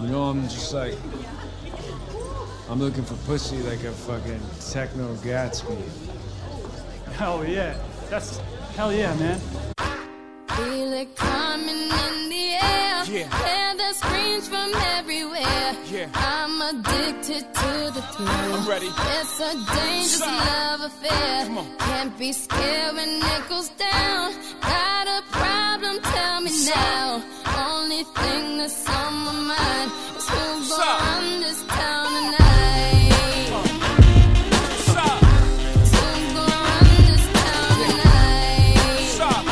You know, I'm just like, I'm looking for pussy like a fucking techno Gatsby. Hell yeah. That's hell yeah, man. Feel it coming in the Yeah. air. Hear the screams from everywhere. Yeah. I'm addicted to the thrill. I'm ready. It's a dangerous Side. love affair. Come on. Can't be scared when it goes down. Got a problem? Tell me Side. now. Only thing that's on my mind is who's Side. gonna run this town tonight. Stop. Who's gonna run this town tonight? Stop.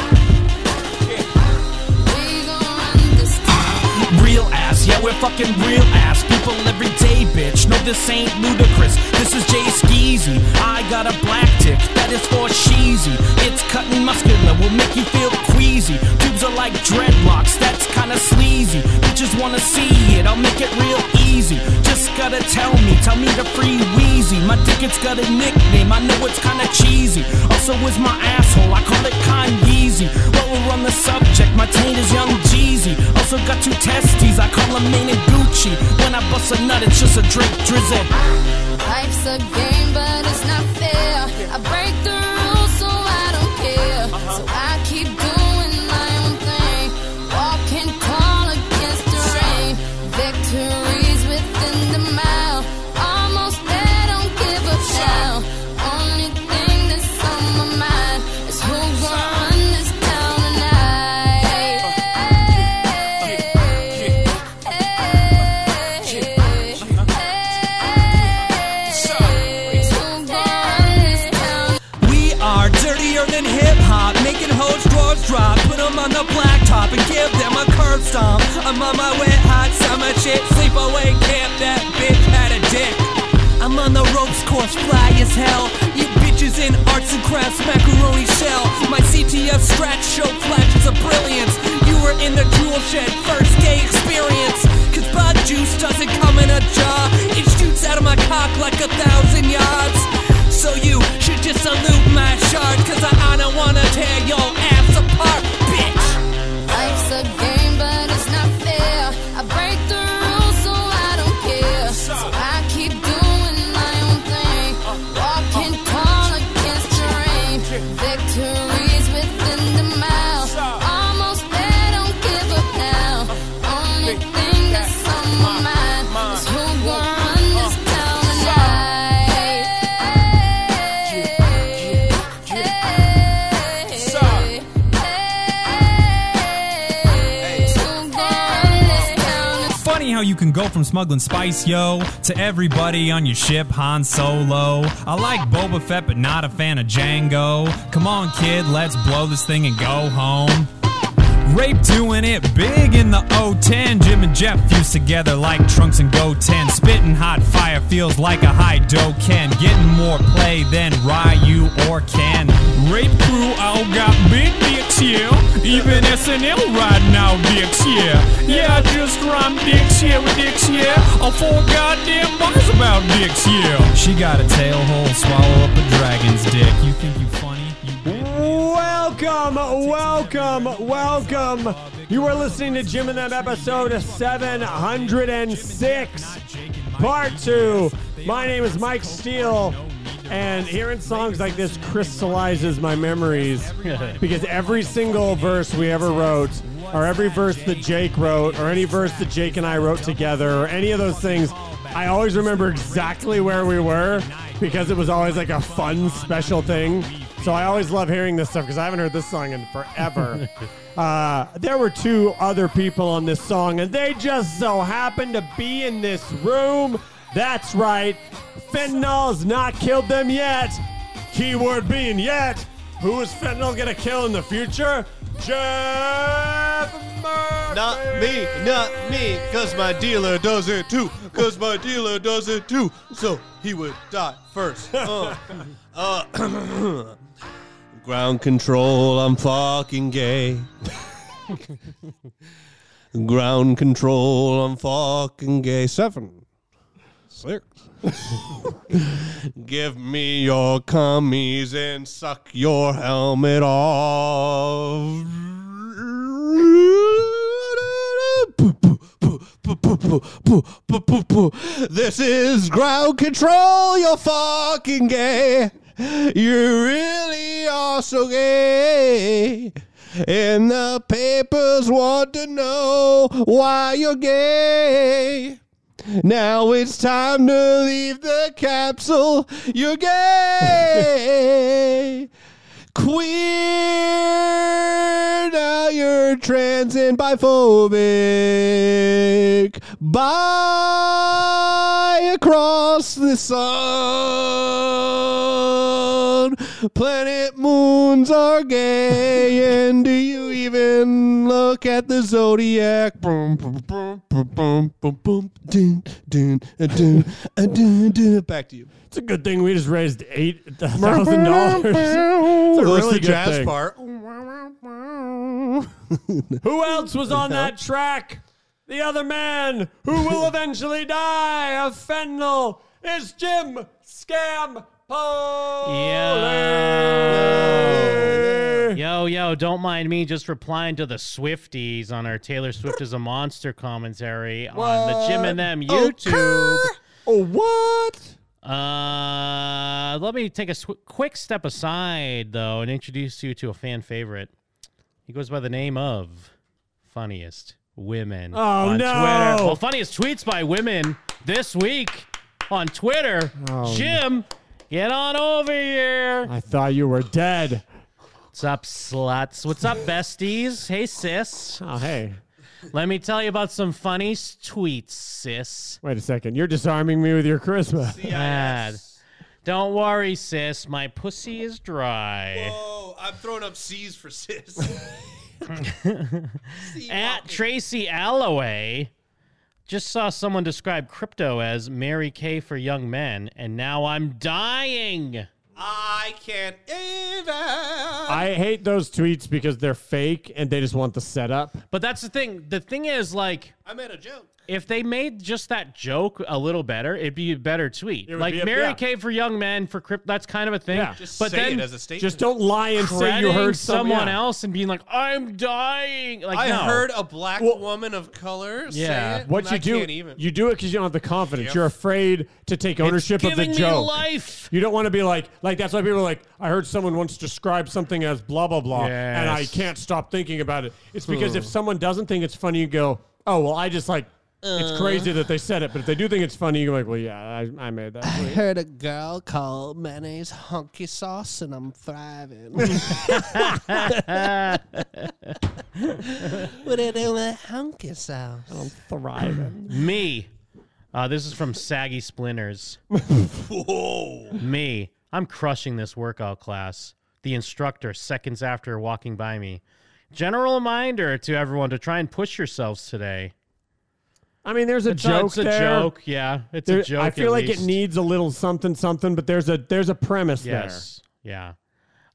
We gonna run this town. Real ass, yeah, we're fucking real ass. People every day, bitch. No, this ain't ludicrous. This is Jay Skeezy. I got a black tick, that is for sheezy. It's cutting muscular, will make you feel queasy. Tubes are like dreadlocks, that's kinda sleazy. Bitches wanna see it, I'll make it real easy. Just gotta tell me, tell me to free Wheezy. My dick, it's got a nickname, I know it's kinda cheesy. Also is my asshole, I call it Kanyeezy. While we're on the subject, my taint is young Jeezy. Also got two testes, I call them Maine and Gucci. When I bust a nut, it's just a Drake drizzy. Life's a game, but it's not fair. I break the rules, so I don't care. So I keep doing my own thing. Walk and call against the rain. Victories within the mile. Almost there, don't give up now. Only thing that's on my mind is who gonna run this town tonight. Who's gonna run this town We are dirtier than hip hop, making hoes drawers drop. Put 'em on the blacktop and give them a curb stomp. I'm on my wet hot summer chick, sleepaway camp. That bitch had a dick. I'm on the ropes course, fly as hell. You bitches in arts and crafts, macaroni shell. My CTF scratch show flashes of brilliance. You were in the jewel shed, first day experience. Cause bud juice doesn't come in a jar. It shoots out of my cock like a thousand yards. So you should just salute my shard Cause I, I don't wanna tear your ass apart, bitch Life's a game, but it's not fair. I break the rules, so I don't care. So I keep doing my own thing. Walk and call against the rain. Victories within the mile. Almost there, don't give up now. Only thing that's on my mind is who gonna run this town tonight. Hey, so gone this town is Funny how you can go from smuggling spice, yo, to everybody on your ship, Han Solo. I like Boba Fett, but not a fan of Django. Come on, kid, let's blow this thing and go home. Rape doing it big in the O10. Jim and Jeff fused together like trunks and go 10. Spitting hot fire feels like a high dough can. Getting more play than Ryu or Ken. Rape crew all got big dicks here. Even SNL riding out dicks here. Yeah, I just rhymed dicks here with dicks here. All four goddamn bars about dicks here. She got a tail hole, swallow up a dragon's dick. You think you funny? You Welcome, welcome, welcome. You are listening to Jim and Them episode 706, part two. My name is Mike Steele, and hearing songs like this crystallizes my memories because every single verse we ever wrote, or every verse that Jake wrote, or any verse that Jake and I wrote together, or any of those things, I always remember exactly where we were because it was always like a fun, special thing. So I always love hearing this stuff because I haven't heard this song in forever. uh, there were two other people on this song, and they just so happened to be in this room. That's right. Fentanyl's not killed them yet. Keyword being yet. Who is fentanyl going to kill in the future? Jeff Murphy. Not me, not me, cause my dealer does it too. Cause my dealer does it too. So he would die first. Uh, uh, ground control, I'm fucking gay. ground control, I'm fucking gay. Seven. Six. Give me your commies and suck your helmet off. poo, poo, poo, poo, poo, poo, poo. This is ground control. You're fucking gay. You really are so gay. And the papers want to know why you're gay. Now it's time to leave the capsule. You're gay. Queer, now you're trans and biphobic. Bye across the sun. Planet moons are gay, and do you even look at the zodiac? Boom, boom, boom, boom, boom, boom, boom, dun, dun, uh, dun, uh, dun, dun. Back to you. It's a good thing we just raised eight thousand dollars. It's a Well, really the good jazz thing. part. Who else was on that track? The other man who will eventually die of fentanyl is Jim Scam Yo. Yo, yo, don't mind me just replying to the Swifties on our Taylor Swift is a Monster commentary on the Jim and Them YouTube. Oh, what? Uh, let me take a sw- quick step aside, though, and introduce you to a fan favorite. He goes by the name of Funniest Women Oh, on no. Twitter. Well, funniest tweets by women this week on Twitter. Jim, get on over here. Oh, I thought you were dead. What's up, sluts? What's up, besties? Hey, sis. Oh, hey. Let me tell you about some funny s- tweets, sis. Wait a second. You're disarming me with your charisma. Mad. Don't worry, sis. My pussy is dry. Oh, I'm throwing up C's for sis. At Tracy Alloway, just saw someone describe crypto as Mary Kay for young men, and now I'm dying. I can't even. I hate those tweets because they're fake and they just want the setup. But that's the thing. The thing is, like, I made a joke. if they made just that joke a little better, it'd be a better tweet. would Like be a- Mary yeah. Kay for young men for crypto. That's kind of a thing. Yeah. Just but say then it as a statement. Just don't lie and say you crediting heard some- someone yeah. else and being like, "I'm dying." Like I no. heard a black Well- woman of color Yeah. say it. What and you I do, Can't even. you do it because you don't have the confidence. Yep. You're afraid to take ownership of the giving me joke. life. You don't want to be like like that's why people are like I heard someone once describe something as blah blah blah and I Yes. Hmm. can't stop thinking about it. It's because if someone doesn't think it's funny, you go, "Oh, well, I just like Uh. it's crazy that they said it." But if they do think it's funny, you're like, "Well, yeah, I, I made that." tweet." Heard a girl call mayonnaise honky sauce, and I'm thriving. what it do with honky sauce? I'm thriving. me. Uh, this is from Saggy Splinters. Me. I'm crushing this workout class. The instructor, seconds after walking by me. General reminder to everyone to try and push yourselves today. I mean, there's a It's a, joke it's a there. joke. Yeah. It's There- a joke. I feel at like least. it needs a little something something, but there's a there's a premise Yes. Yeah.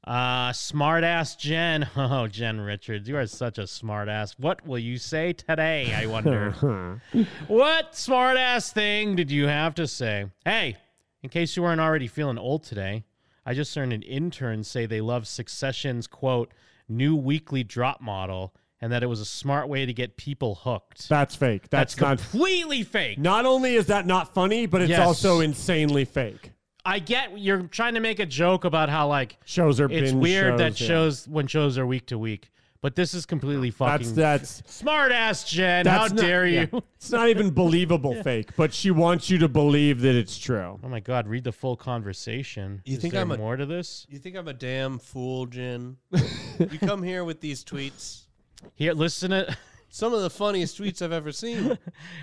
Uh, smart ass Jen. Oh, Jen Richards, you are such a smart ass. What will you say today? I wonder. there. What smart ass thing did you have to say? Hey, in case you weren't already feeling old today, I just heard an intern say they love Succession's quote, new weekly drop model, and that it was a smart way to get people hooked. That's fake. That's, That's not. completely fake. Not only is that not funny, but it's Yes. also insanely fake. I get you're trying to make a joke about how like Shows are it's binge weird shows, that yeah. shows when shows are week to week, but this is completely That's fucking that's smart ass Jen. That's How not- dare yeah. you? It's not even believable fake, but she wants you to believe that it's true. Oh my god, read the full conversation. You Is think there I'm a- more to this? You think I'm a damn fool, Jen? you come here with these tweets. Here, listen to Some of the funniest tweets I've ever seen.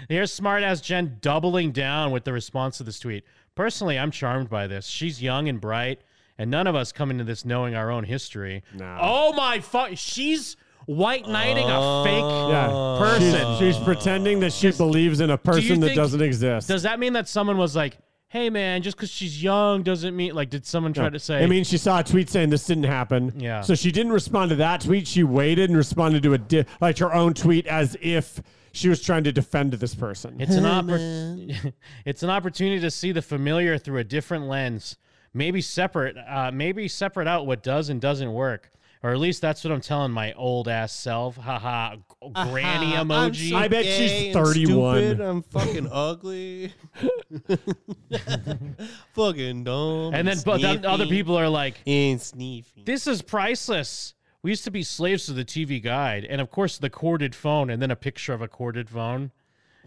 Here's smartass Jen doubling down with the response to this tweet. Personally, I'm charmed by this. She's young and bright, and none of us come into this knowing our own history. No. Oh my fuck! She's white knighting a fake. Yeah, Person. Oh. She's, she's pretending that she believes in a person that think- doesn't exist. Does that mean that someone was like, "Hey man, just because she's young doesn't mean like"? Did someone try to say? I mean, she saw a tweet saying this didn't happen. Yeah. So she didn't respond to that tweet. She waited and responded to a di- like her own tweet as if she was trying to defend this person. It's an oppor- It's an opportunity to see the familiar through a different lens. Maybe separate. Uh, maybe separate out what does and doesn't work. Or at least that's what I'm telling my old ass self. Haha, g- granny Uh-huh. I'm emoji. so I bet she's gay and 31. stupid. I'm fucking ugly. fucking dumb. and then, but then other sneaky people are like, And sneaky. this is priceless. We used to be slaves to the TV guide, and of course the corded phone, and then a picture of a corded phone.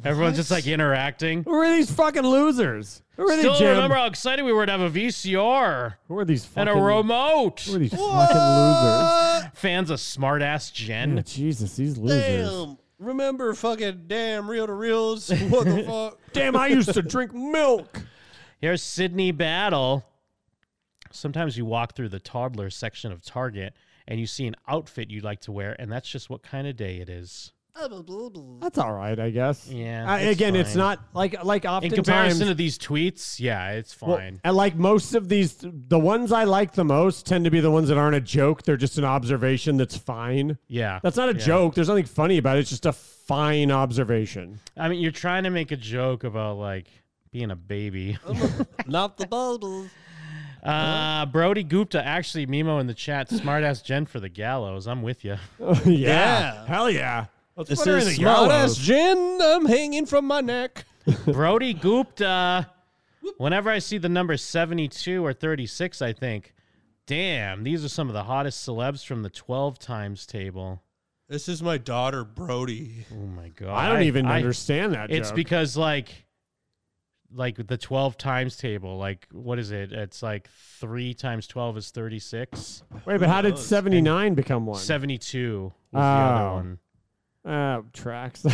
Everyone's just like interacting. Who are these fucking losers? Who are Still they, Jim? remember how excited we were to have a VCR Who are these and fucking a remote. Who are these fucking losers? Fans of smart ass Jen. Oh, Jesus, these losers. Um, Damn. Remember fucking damn reel to reels? What the fuck? Damn, I used to drink milk. Here's Sydney Battle. Sometimes you walk through the toddler section of Target and you see an outfit you'd like to wear, and that's just what kind of day it is. That's all right, I guess. Yeah, I, it's again, it's fine. not like like In oftentimes. comparison to these tweets, yeah, it's Well, fine. and like most of these, the ones I like the most tend to be the ones that aren't a joke. They're just an observation that's fine. yeah. That's not a Yeah. joke. There's nothing funny about it. It's just a fine observation. I mean, you're trying to make a joke about like being a baby. Not the bubbles. Uh, Brody Gupta, actually, Mimo in the chat, smartass Jen for the gallows. I'm with you. yeah. Hell Oh, yeah. Let's This put her in is the smart ass gallows. gin. I'm hanging from my neck. Brody Gupta. Whenever I see the number 72 or 36, I think, damn, these are some of the hottest celebs from the 12 times table. This is my daughter Brody. Oh my God. I don't even I- understand that. It's joke. because, like, like the 12 times table, like, what is it? It's like three times 12 is 36. Wait, but how did knows? 79 become one? 72 was the other Oh. one. Uh, tracks.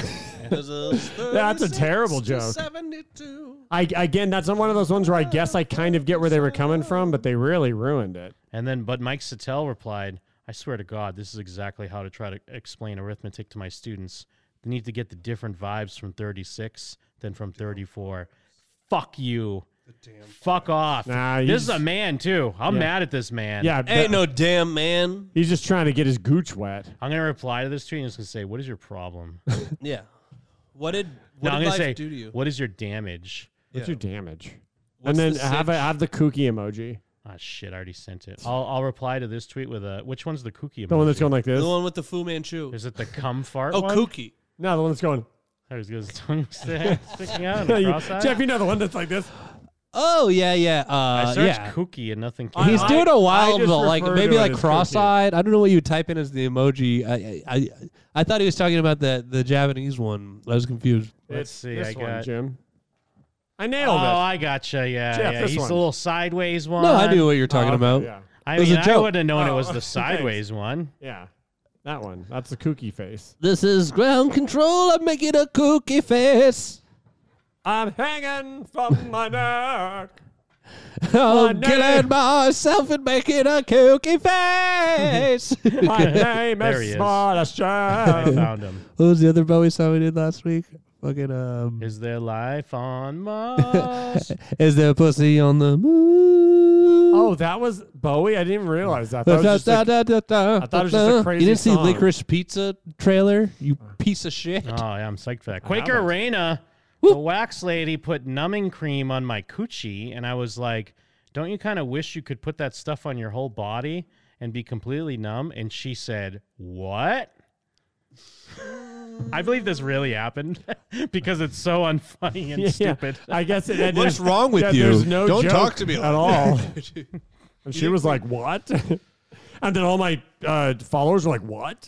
That's a terrible joke. Seventy-two. I again, that's one of those ones where I guess I kind of get where they were coming from, but they really ruined it. And then, but Mike Sattel replied, I swear to God, this is exactly how to try to explain arithmetic to my students. They need to get the different vibes from 36 than from 34. Fuck you. Fuck off. Nah, this is he's- a man, too. I'm Yeah. mad at this man. Yeah, Ain't but- no damn man. he's just trying to get his gooch wet. I'm going to reply to this tweet and it's going to say, What is your problem? Yeah. What did no, what I'm did going to life say, do to you? What is your damage? What's Yeah. your damage? What's and the then have a, sitch? have the kooky emoji, Ah, shit. I already sent it. I'll, I'll reply to this tweet with a, Which one's the kooky emoji? the one that's going like this. the one with the Fu Manchu. Is it the cum fart? Oh, one? kooky. No, the one that's going. I was going tongue sticking out. and Yeah, you- cross-eyed. Jeff, you know the one that's like this. Oh yeah, yeah, I uh, searched yeah. kooky and nothing came. He's I- doing a I wild, just but like refer maybe to it like as kooky. cross-eyed. I don't know what you type in as the emoji. I, I, I, I thought he was talking about the the Japanese one. I was confused. Let's see, This I one, got- Jim. I Oh, nailed it. I gotcha. Yeah, Jeff, yeah. this He's one. the little sideways one. Uh, No, I knew what you were talking Oh, about. Yeah, I It was mean, a I joke. wouldn't have known it Oh, was the thanks. sideways one. yeah, that one. That's the kooky face. This is ground control. I'm making a kooky face. I'm hanging from my neck. I'm no. killing myself and making a kooky face. My name There he is is. Smartest I Jeff. found him. what was the other Bowie song we did last week? Fucking um, Is there life on Mars? is there pussy on the moon? Oh, that was Bowie. I didn't even realize that. Da, that was just da, a- da, da, da, I thought it was just a da. crazy You didn't see song. Uh. Licorice Pizza trailer? You piece of shit. oh, yeah, I'm psyched for that. Quaker one. Raina, the wax lady, put numbing cream on my coochie, and I was like, "Don't you kind of wish you could put that stuff on your whole body and be completely numb?" And she said, "What?" I believe this really happened because it's so unfunny and Yeah, stupid. I guess it. and What's there's- wrong with yeah, you? There's no Don't joke talk to me like at all. that. And she was like, "What?" and then all my uh, followers were like, "What?"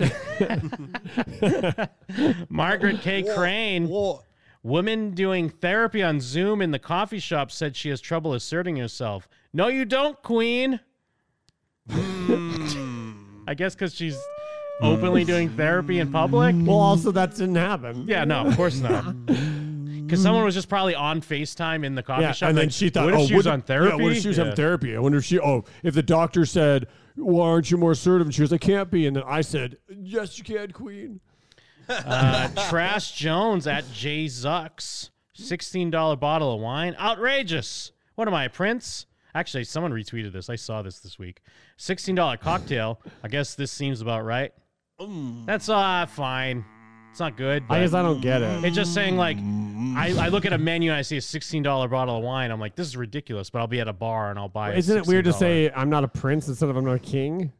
Margaret K. Crane, What? woman doing therapy on Zoom in the coffee shop, said she has trouble asserting herself. No, you don't, Queen. I guess because she's openly doing therapy in public. well, also that didn't happen. Yeah, no, of course not. Because someone was just probably on Facetime in the coffee Yeah, shop. and then like, she thought, what if "Oh, she was what- on therapy?" Yeah, what if she was Yeah. on therapy? I wonder if she. Oh, if the doctor said, "Why aren't you more assertive?" and she was, "I can't be," and then I said, "Yes, you can, Queen." Uh, Trash Jones at Jay Zucks. $16 bottle of wine. Outrageous. What am I, a prince? Actually, someone retweeted this. I saw this this week. $16 cocktail. I guess this seems about right. That's uh, fine. It's not good. I but guess I don't get it. it's just saying, like, I, I look at a menu and I see a $16 bottle of wine. I'm like, this is ridiculous, but I'll be at a bar and I'll buy it. Isn't it weird to $16. say I'm not a prince instead of I'm not a king?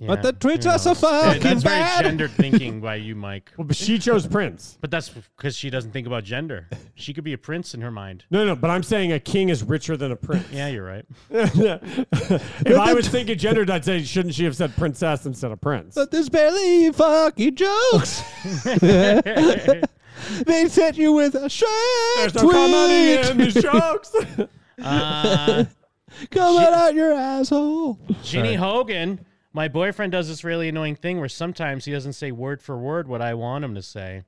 But the tweets who are so knows? Yeah, fucking That's bad. very gendered thinking by you, Mike. Well, but she chose Prince. But that's because she doesn't think about gender. She could be a prince in her mind. No, no, but I'm saying a king is richer than a prince. Yeah, you're right. if I was thinking gendered, I'd say, shouldn't she have said princess instead of prince? But there's barely fucking jokes. they set you with a sharp There's no tweet. comedy in these jokes. Uh, Coming out your asshole. Ginny Hogan, my boyfriend does this really annoying thing where sometimes he doesn't say word for word what I want him to say.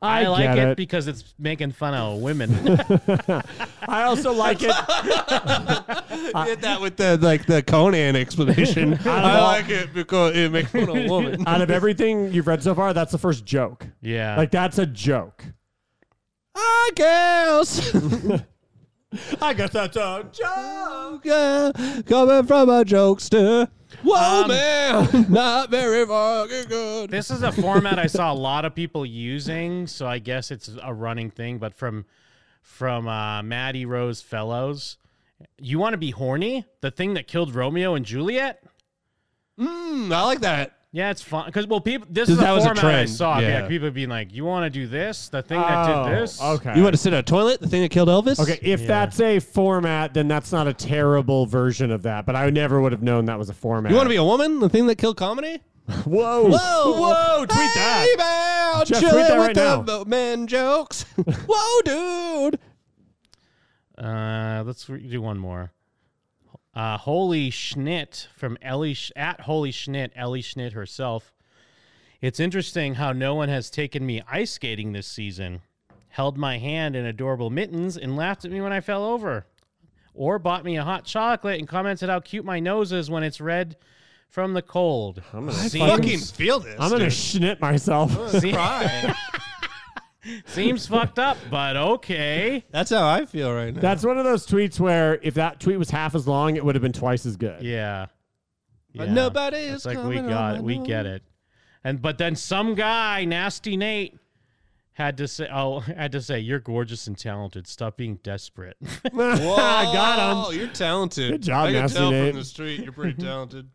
I, like get it, it. because it's making fun of women. I also like it. Did that with the like the Conan explanation. I like it because it makes fun of a woman. Out of everything you've read so far, that's the first joke. yeah. Like, that's a joke. I guess. I guess that's a joke. Yeah, coming from a jokester. Um, Whoa, man, not very fucking good. this is a format I saw a lot of people using, so I guess it's a running thing. But from from uh, Maddie Rose Fellows, you want to be horny? The thing that killed Romeo and Juliet? Mm, I like that. Yeah, it's fun because well, people. This That is a was a format I trend, saw. Yeah. yeah. people being like, "You want to do this? The thing Oh, that did this? Okay. You want to sit on a toilet? The thing that killed Elvis? Okay, if that's a format, then that's not a terrible version of that. But I never would have known that was a format. You want to be a woman? The thing that killed comedy? Whoa, Whoa! Oh. whoa! Tweet hey, that. Man, Jeff, tweet chilling that right with the now. men jokes. whoa, dude! Uh, let's re- do one more. Uh, Holy Schnit from Ellie Sch- at Holy Schnit, Ellie Schnit herself. It's interesting how no one has taken me ice skating this season, held my hand in adorable mittens, and laughed at me when I fell over, or bought me a hot chocolate and commented how cute my nose is when it's red from the cold. I'm Fucking feel this. I'm gonna schnit myself. Seems fucked up, but okay. That's how I feel right now. That's one of those tweets where if that tweet was half as long, it would have been twice as good. Yeah. But Yeah. nobody It's is like we coming got on it. my We get it. And but then some guy, nasty Nate, had to say, "Oh, had to say, you're gorgeous and talented. Stop being desperate." Whoa, got You're talented. Good job, I can Nasty tell Nate. from the street you're pretty talented. him.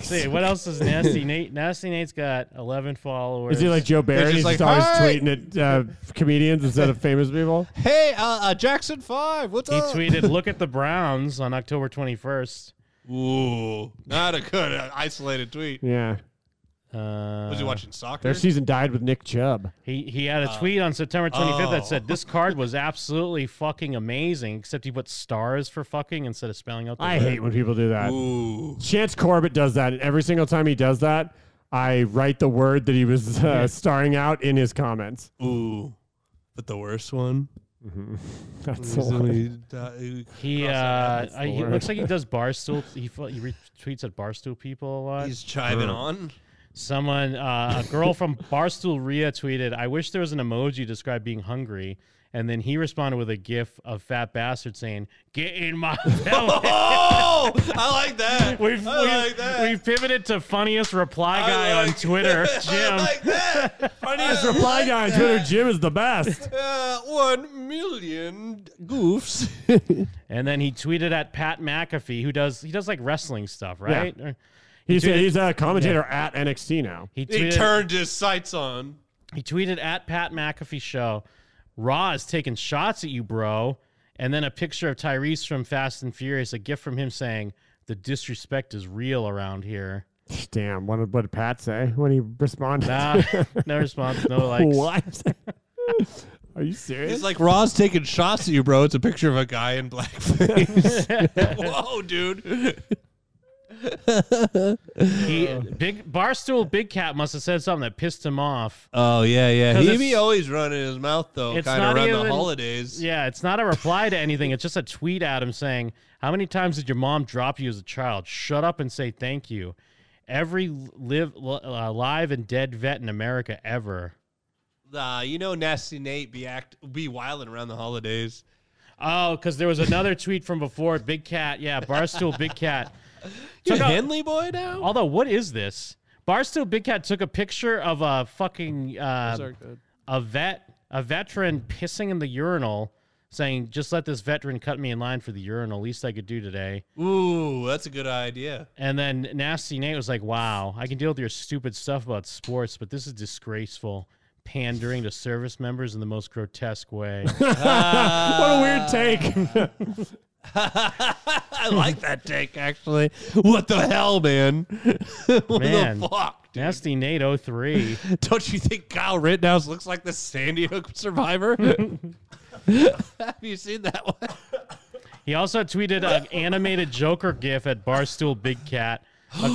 See what else is nasty Nate? Nasty Nate's got 11 followers. Is he like Joe Barry? just He's like, just always "Hi." tweeting at uh, comedians instead of famous people. hey, uh, uh, Jackson Five, what's He up? tweeted, "Look at the Browns" on October 21st. Ooh, not a good uh, isolated tweet. Yeah, Uh, Was he watching soccer? their season died with Nick Chubb. He he had Uh, a tweet on September 25th that Oh. said, "This card was absolutely fucking amazing," except he put stars for fucking instead of spelling out. The I word. hate when people do that. Ooh. Chance Corbett does that, and every single time he does that, I write the word that he was uh, starring out in his comments. Mm-hmm. Ooh. But the worst one. That's a is lot. when he di- he- He crossed uh, out I, he looks like he does barstool. He fo- he retweets at barstool people a lot. He's chiming on. Someone, uh, a girl from Barstool Ria tweeted, "I wish there was an emoji to describe being hungry." And then he responded with a gif of fat bastard saying, "Get in my belly." Oh, I like that. We've, I we've, like that. we've pivoted to funniest reply guy I on like Twitter, that. Jim. I like that. Funniest reply guy on Twitter, Jim is the best. Uh, one million goofs. And then he tweeted at Pat McAfee, who does he does like wrestling stuff, right? Or- He's Dude, a, he's a commentator at NXT now. He he tweeted, turned his sights on. He tweeted at Pat McAfee show, Raw is taking shots at you, bro. And then a picture of Tyrese from Fast and Furious, a gift from him saying, The disrespect is real around here. Damn, what did, what did Pat say when he responded? Nah, no response, no likes. what? Are you serious? He's like, Raw's taking shots at you, bro. It's a picture of a guy in blackface. Oh, whoa, dude. He, big Barstool Big Cat must have said something that pissed him off. oh yeah, yeah. 'Cause He it's- be always running his mouth though, It's kind not of around even- the holidays. Yeah, it's not a reply to anything. It's just a tweet at him saying, "How many times did your mom drop you as a child? Shut up and say thank you." Every live li- uh, live and dead vet in America ever. Uh, Nah, you know, nasty Nate be act be wilding around the holidays. Oh, because there was another tweet from before. Big Cat, yeah, Barstool Big Cat. You Took a- Henley boy now. although, what is this? Barstool Big Cat took a picture of a fucking uh, a vet, a veteran pissing in the urinal, saying, just let this veteran cut me in line for the urinal, least I could do today. Ooh, that's a good idea. And then Nasty Nate was like, wow, I can deal with your stupid stuff about sports, but this is disgraceful. Pandering to service members in the most grotesque way. what a Uh, weird take. I like that take. Actually, what the hell, man? What Man. the fuck? dude? Nasty Nate 03. Don't you think Kyle Rittenhouse looks like the Sandy Hook survivor? Have you seen that one? He also tweeted an animated Joker gif at Barstool Big Cat of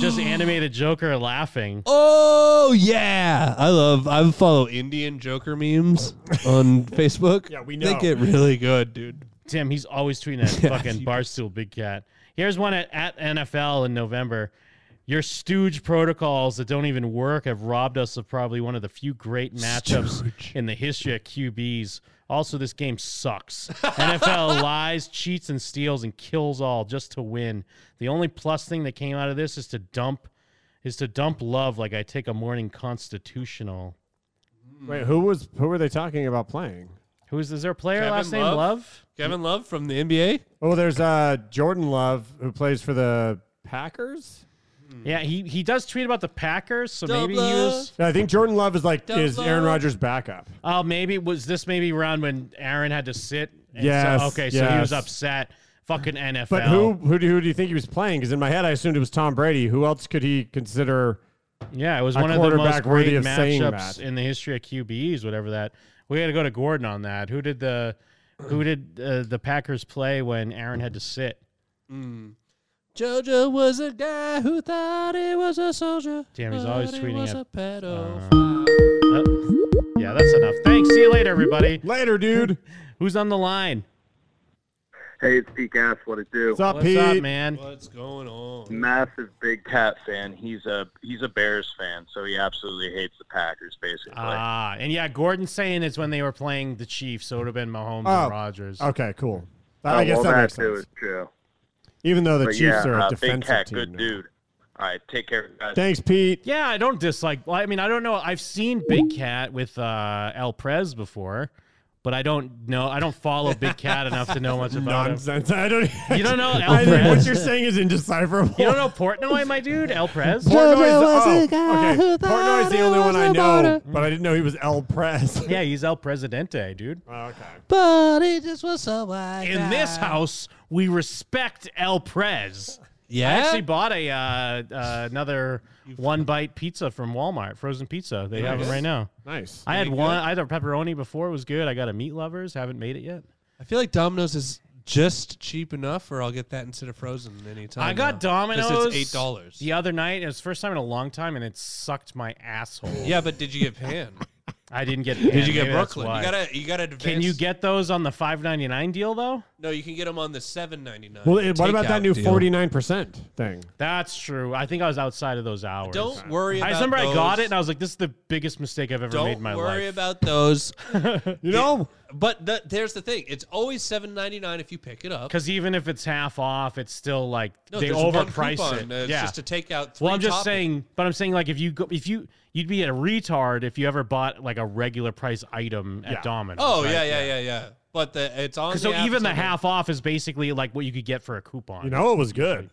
just animated Joker laughing. Oh yeah, I love. I follow Indian Joker memes on Facebook. Yeah, we They know. get really good, dude. Tim, he's always tweeting at fucking Barstool Big Cat. Here's one at, at NFL in November. Your stooge protocols that don't even work have robbed us of probably one of the few great matchups in the history of QBs. Also, this game sucks. NFL lies, cheats, and steals and kills all just to win. The only plus thing that came out of this is to dump is to dump love like I take a morning constitutional. Hmm. Wait, who was who were they talking about playing? Who is is there a player Kevin last name Love? Love? Kevin Love from the NBA. Oh, there's uh, Jordan Love who plays for the Packers. Hmm. Yeah, he he does tweet about the Packers, so Dump maybe he was. Yeah, I think Jordan Love is like Don't is Aaron love- Rodgers' backup. Oh, maybe was this maybe around when Aaron had to sit? And Yes, So, okay, so he yes. was upset. Fucking NFL. But who who do, who do you think he was playing? Because in my head, I assumed it was Tom Brady. Who else could he consider? Yeah, it was a one of the most quarterback great worthy of saying matchups that? in the history of QBs. Whatever that. We got to go to Gordon on that. Who did the Who did uh, the Packers play when Aaron had to sit? Jojo was a guy who thought he was a soldier. Damn, he's always thought tweeting he was at- uh, a pedo. Oh, yeah, that's enough. Thanks. See you later, everybody. Later, dude. Who's on the line? Hey, it's Pete Gass. What it do? What's up, What's Pete? up, man? What's going on? Massive big cat fan. He's a he's a Bears fan, so he absolutely hates the Packers, basically. Ah, and yeah, Gordon's saying it's when they were playing the Chiefs, so it would have been Mahomes Oh. and Rogers. Okay, cool. Oh, I guess well, that, makes too sense. is true. Even though the But Chiefs yeah, are a uh, defensive big cat, team. good now. dude. All right, take care, guys. Thanks, Pete. Yeah, I don't dislike. well, I mean, I don't know. I've seen Big Cat with uh, El Prez before, but I don't know. I don't follow Big Cat enough to know much about him. Nonsense. I don't. You don't know I think Alfred. what you're saying is indecipherable. You don't know Portnoy, my dude? El Prez? Portnoy's Jojo was oh, a guy okay. who thought Portnoy's the he only was one I a know, boner. but I didn't know he was El Press. yeah, he's El Presidente, dude. Oh, okay. But he just was so white. In this house, we respect El Prez. I yeah. actually bought a uh, uh, another one bite pizza from Walmart, frozen pizza. They have Nice. them right now. Nice. I had one. I had a pepperoni before; it was good. I got a meat lovers. Haven't made it yet. I feel like Domino's is just cheap enough, or I'll get that instead of frozen anytime. I now. got 'Cause Domino's. It's eight dollars. the other night. It was the first time in a long time, and it sucked my asshole. Yeah, but did you get pan? I didn't get. Did you get Brooklyn? You gotta, you gotta. Advance. Can you get those on the five ninety nine deal though? No, you can get them on the seven ninety nine. Well, it- what about that new forty nine percent thing? That's true. I think I was outside of those hours. Don't worry. About I just remember I got those. it and I was like, "This is the biggest mistake I've ever Don't made in my worry life." about those. You know, but the, there's the thing: it's always seven ninety nine if you pick it up. Because even if it's half off, it's still like No, they there's one overprice coupon, it. uh, It's yeah. just to take out. three well, I'm just toppings. saying, but I'm saying like if you go, if you you'd be a retard if you ever bought like a regular price item at Yeah. Domino's. Oh right? yeah, yeah, yeah, yeah. But the it's on. 'Cause the So app, even it's the on there. half off is basically like what you could get for a coupon. you know it was good.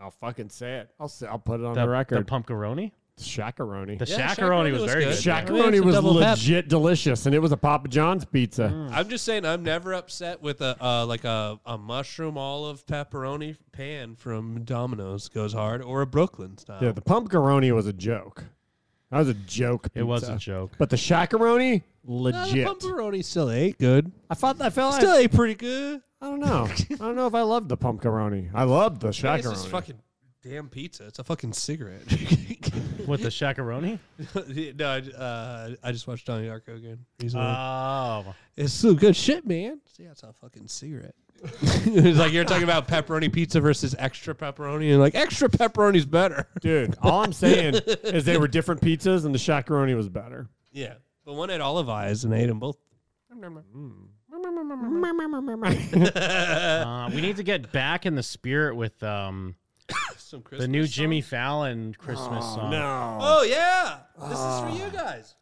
I'll fucking say it. I'll say, I'll put it on the, record. The pumpcaroni. Shakaroni. The Yeah, shakaroni was very good. Shakaroni It's a was double pep. Mm. legit delicious, and it was a Papa John's pizza. I'm just saying, I'm never upset with a uh, like a, a mushroom olive pepperoni pan from Domino's goes hard or a Brooklyn style. Yeah, the pumpcaroni was a joke. That was a joke. Pizza. It was a joke. But the shakaroni, Nah, the legit. pepperoni still ate good. I thought I felt Still like, ate pretty good. I don't know. I don't know if I loved the pumpcaroni. I loved the It's just shakaroni. fucking damn pizza. It's a fucking cigarette. With the shakaroni? no, I, uh, I just watched Donnie Darko again. Oh. recently. Oh. it's still good shit, man. Yeah, it's a fucking cigarette. it's like you're talking about pepperoni pizza versus extra pepperoni, and like extra pepperoni's better. Dude, all I'm saying is they were different pizzas, and the shakaroni was better. Yeah, but one had olive eyes and I ate them both. Mm. Uh, we need to get back in the spirit with um, Some Christmas the new song. Jimmy Fallon Christmas song. No. Ah. Oh yeah, this is for you guys.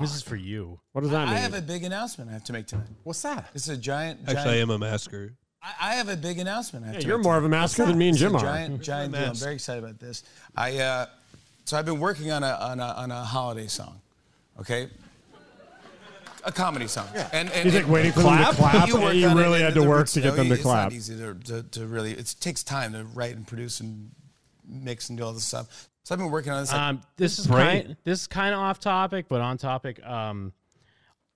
This is for you. What does I have a big announcement I have to make tonight. What's that? It's a giant. giant Actually, I am a masker. I, I have a big announcement. I have Yeah, to you're make more of a tonight. masker What's than that? me and It's a Jim are. Giant, giant deal. I'm Mask. very excited about this. I uh, so I've been working on a on a on a holiday song, okay. A comedy song. And, and He's, like, waiting for them to clap, You and work you on it, really and had to then the work to roots- get them to it's not clap. easy to, to, to really. It takes time to write and produce and mix and do all this stuff. So I've been working on this. like- Um, this is kind this is kind of off topic, but on topic. Um,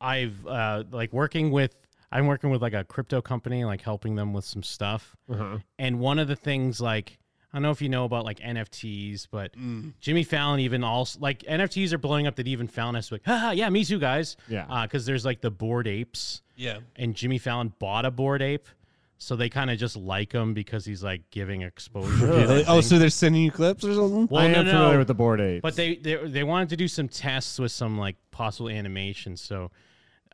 I've uh, like working with I'm working with like a crypto company, like helping them with some stuff. Uh-huh. And one of the things like I don't know if you know about like NFTs, but Jimmy Fallon even also like NFTs are blowing up that even Fallon has to be like, haha, yeah, me too, guys. Yeah. because there's like the bored apes. Yeah. And Jimmy Fallon bought a bored ape. So they kind of just like him because he's like giving exposure. to that Oh, thing. so they're sending you clips or something? Well, no, no. But they, they they wanted to do some tests with some like possible animation, so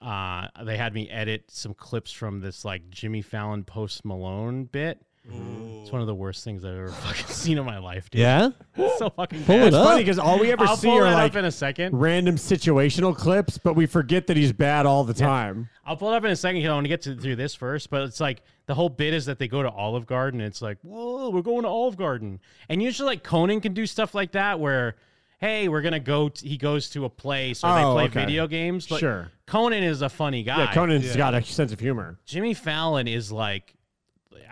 uh, they had me edit some clips from this like Jimmy Fallon Post Malone bit. It's one of the worst things I've ever fucking seen in my life, dude. Yeah? It's so fucking. Pull bad. it It's funny 'cause all we ever I'll see pull are, that like, up in a second. Random situational clips, but we forget that he's bad all the Yeah. time. I'll pull it up in a second. 'cause I want to get to through this first, but it's like the whole bit is that they go to Olive Garden. And it's like, whoa, we're going to Olive Garden, and usually like Conan can do stuff like that where, hey, we're gonna go. T- he goes to a place or Oh, they play okay. video games. But Sure. Conan is a funny guy. Yeah, Conan's Conan's got a sense of humor. Jimmy Fallon is like.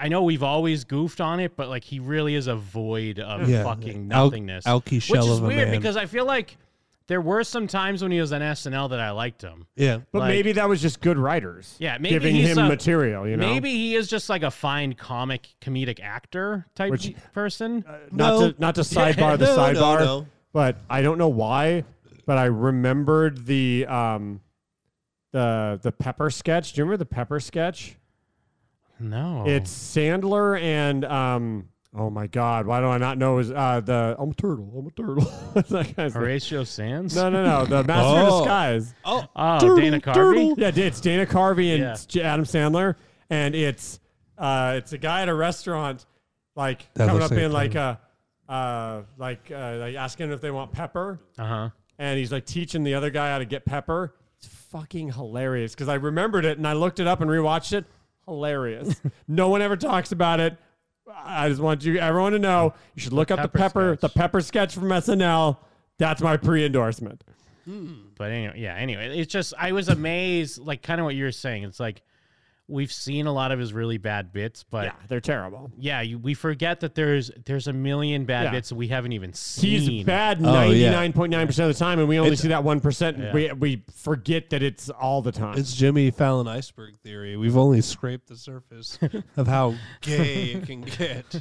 I know we've always goofed on it, but like he really is a void of Yeah. fucking Al- nothingness. alky which shell is of a weird man. because I feel like there were some times when he was on SNL that I liked him. Yeah. But Like- maybe that was just good writers. Yeah, maybe giving he's him a- material. Oh, You know, Maybe he is just like a fine comic, comedic actor type Which- uh, person. not to not to sidebar the No, no, sidebar, no. but I don't know why, but I remembered the um the the pepper sketch. Do you remember the pepper sketch? No, It's Sandler and um. Oh my God! Why do I not know? Is uh the I'm a turtle? I'm a turtle. that guy's name. Horatio Sands. No, no, no. The Master of Oh. Disguise. Oh. Oh, Dana Carvey? Yeah, d- it's Dana Carvey and Yeah. J- Adam Sandler, and it's uh, it's a guy at a restaurant, like That coming looks up like in a like a, uh, like uh, like asking if they want pepper, Uh Uh-huh. huh. and he's like teaching the other guy how to get pepper. It's fucking hilarious because I remembered it and I looked it up and rewatched it. Hilarious. no one ever talks about it. I just want you everyone to know you should look up the pepper the pepper sketch from SNL. That's my pre-endorsement. Mm. But anyway, yeah. Anyway, it's just I was amazed, like kind of what you were saying. It's like we've seen a lot of his really bad bits, but yeah, they're terrible. Yeah, you, we forget that there's there's a million bad Yeah. bits that we haven't even seen. He's bad Oh, ninety yeah. nine point nine percent of the time, and we only It's- see that one percent. Yeah. We we forget that it's all the time. It's Jimmy Fallon iceberg theory. We've only scraped the surface of how gay it can get.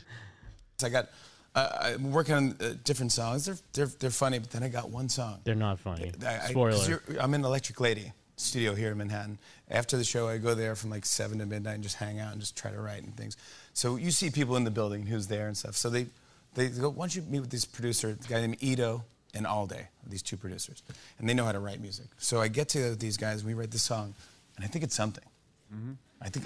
I got. Uh, I'm working on uh, different songs. They're, they're they're funny, but then I got one song. They're not funny. I- I- 'cause Spoiler. you're- I'm in Electric Lady studio here in Manhattan. After the show, I go there from like seven to midnight and just hang out and just try to write and things. So you see people in the building who's there and stuff. So they they go, why don't you meet with this producer, the guy named Ito and Alday, these two producers, and they know how to write music. So I get to these guys, we write the song, and I think it's something. Mm-hmm. I think.